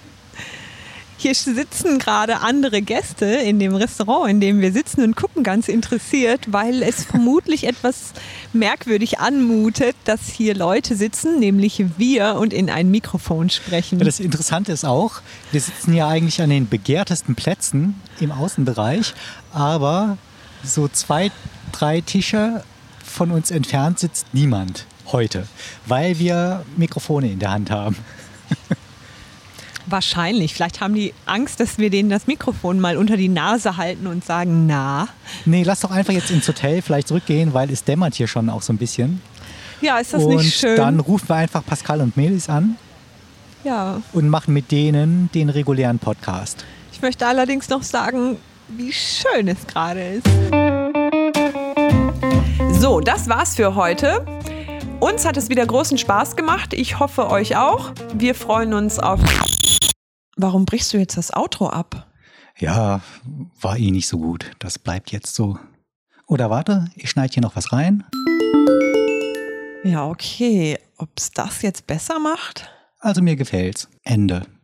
[SPEAKER 3] Hier sitzen gerade andere Gäste in dem Restaurant, in dem wir sitzen und gucken ganz interessiert, weil es vermutlich etwas merkwürdig anmutet, dass hier Leute sitzen, nämlich wir und in ein Mikrofon sprechen.
[SPEAKER 6] Ja, das Interessante ist auch, wir sitzen ja eigentlich an den begehrtesten Plätzen im Außenbereich, aber so zwei, drei Tische von uns entfernt sitzt niemand heute, weil wir Mikrofone in der Hand haben.
[SPEAKER 3] Wahrscheinlich. Vielleicht haben die Angst, dass wir denen das Mikrofon mal unter die Nase halten und sagen, na.
[SPEAKER 6] Nee, lass doch einfach jetzt ins Hotel vielleicht zurückgehen, weil es dämmert hier schon auch so ein bisschen.
[SPEAKER 3] Ja, ist das
[SPEAKER 6] und
[SPEAKER 3] nicht schön?
[SPEAKER 6] dann rufen wir einfach Pascal und Melis an
[SPEAKER 3] ja.
[SPEAKER 6] und machen mit denen den regulären Podcast.
[SPEAKER 3] Ich möchte allerdings noch sagen, wie schön es gerade ist.
[SPEAKER 7] So, das war's für heute. Uns hat es wieder großen Spaß gemacht. Ich hoffe, euch auch. Wir freuen uns auf. Warum brichst du jetzt das Outro ab?
[SPEAKER 6] Ja, war eh nicht so gut. Das bleibt jetzt so. Oder warte, ich schneide hier noch was rein.
[SPEAKER 7] Ja, okay. Ob's das jetzt besser macht?
[SPEAKER 6] Also mir gefällt's. Ende.